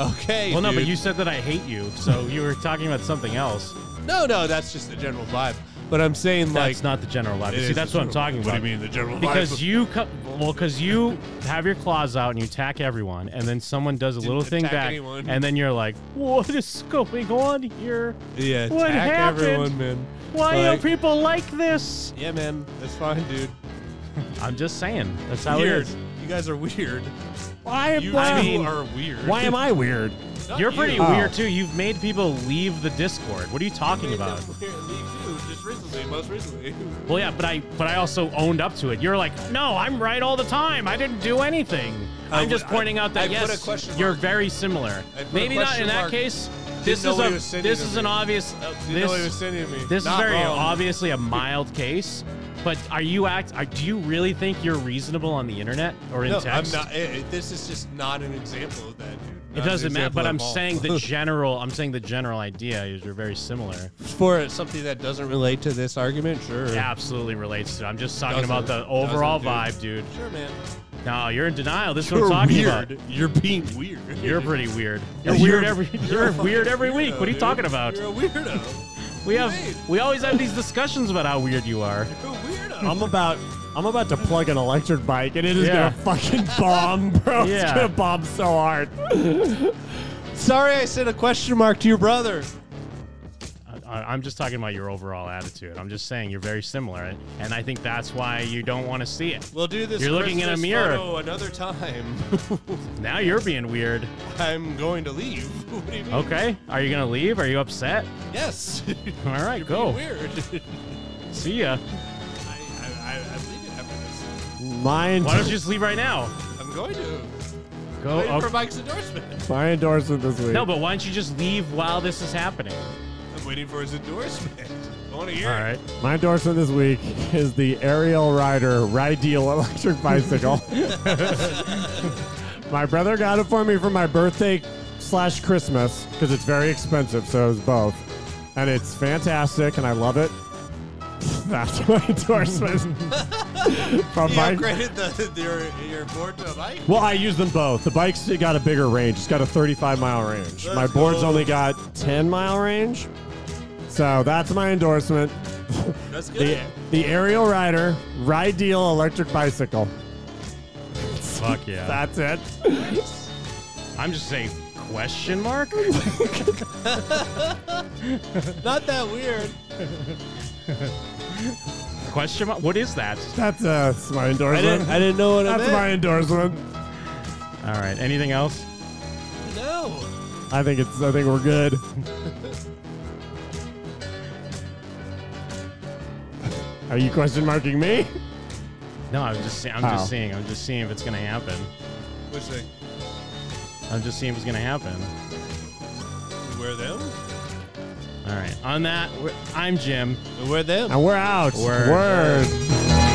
okay. well, no, but dude. you said that I hate you, so you were talking about something else. No, no, that's just the general vibe. But I'm saying that's like not the general vibe. It See, is that's the what I'm general talking vibe. about. What do you mean, the general vibe? Because you co- well, because you have your claws out and you attack everyone, and then someone does a Didn't little thing attack back, anyone. and then you're like, "What is going on here? yeah, what attack happened? everyone, man. Why Like- are people like this?" Yeah, man, that's fine, dude. I'm just saying. That's how weird. it is. You guys are weird. Why you why- two are weird? Why am I weird? Not You're pretty you. weird Oh. too. You've made people leave the Discord. What are you talking about? Just recently, most recently. Well, yeah, but I but I also owned up to it. You're like, no, I'm right all the time. I didn't do anything. I I'm just would- I- pointing out that I put a yes, question you're very similar. I put a Maybe not question in that mark. case. Didn't This know is what a he was sending this to is me. an obvious. Uh, Didn't know this what he was sending to me. this Not is very wrong. obviously a mild case. But are you act? Are, do you really think you're reasonable on the internet or in no, text? I'm not. It, it- this is just not an example of that, dude. Not it an doesn't matter. example But at I'm all. saying the general. I'm saying the general idea is you're very similar. for something that doesn't relate to this argument, sure. It absolutely relates to. it. I'm just talking Doesn't- about the overall doesn't, vibe, dude. Sure, man. No, you're in denial. This is what You're I'm talking weird. about. You're being weird. You're pretty weird. Yeah, You're weird you're- every. you're You're, a fucking weird every week. weirdo, What are you dude. talking about? You're a weirdo. we have. We always have these discussions about how weird you are. I'm about I'm about to plug an electric bike and it is Yeah. gonna fucking bomb, bro. It's Yeah. gonna bomb so hard. Sorry, I sent a question mark to your brother. I, I'm just talking about your overall attitude. I'm just saying you're very similar, and I think that's why you don't want to see it. We'll do this. You're looking in a Christmas mirror. photo another time. Now you're being weird. I'm going to leave. What do you mean? Okay. Are you gonna leave? Are you upset? Yes. All right, You're go. being Weird. See I, ya. I, I, I'm leaving after this. Mine. Why don't you just leave right now? I'm going to. Go Waiting up- for Mike's endorsement. My endorsement this week. No, but why don't you just leave while this is happening? I'm waiting for his endorsement. I want to All hear. right. My endorsement this week is the Aerial Rider Rideal electric bicycle. my brother got it for me for my birthday slash Christmas because it's very expensive, so it was both, and it's fantastic, and I love it. That's my endorsement from He Mike. upgraded the, your, your board to a bike. Well, I use them both. The bike's got a bigger range. It's got a 35 mile range. my Let's board's go. only got 10 mile range. So that's my endorsement. That's the, good. the Aerial Rider Ride Deal Electric Bicycle. Fuck yeah. That's it. I'm just saying question mark? Not that weird. question mark? What is that? That's, uh, that's my endorsement. didn't- I didn't know what I That's meant. my endorsement. All right. Anything else? No. I think it's. I think we're good. Are you question marking me? No, I'm just se- I'm Oh. just seeing. I'm just seeing if it's gonna happen. Which thing? I'm just seeing if it's gonna happen. We wear them? All right. On that, we're- I'm Jim. We wear them. And we're out. Word. Word.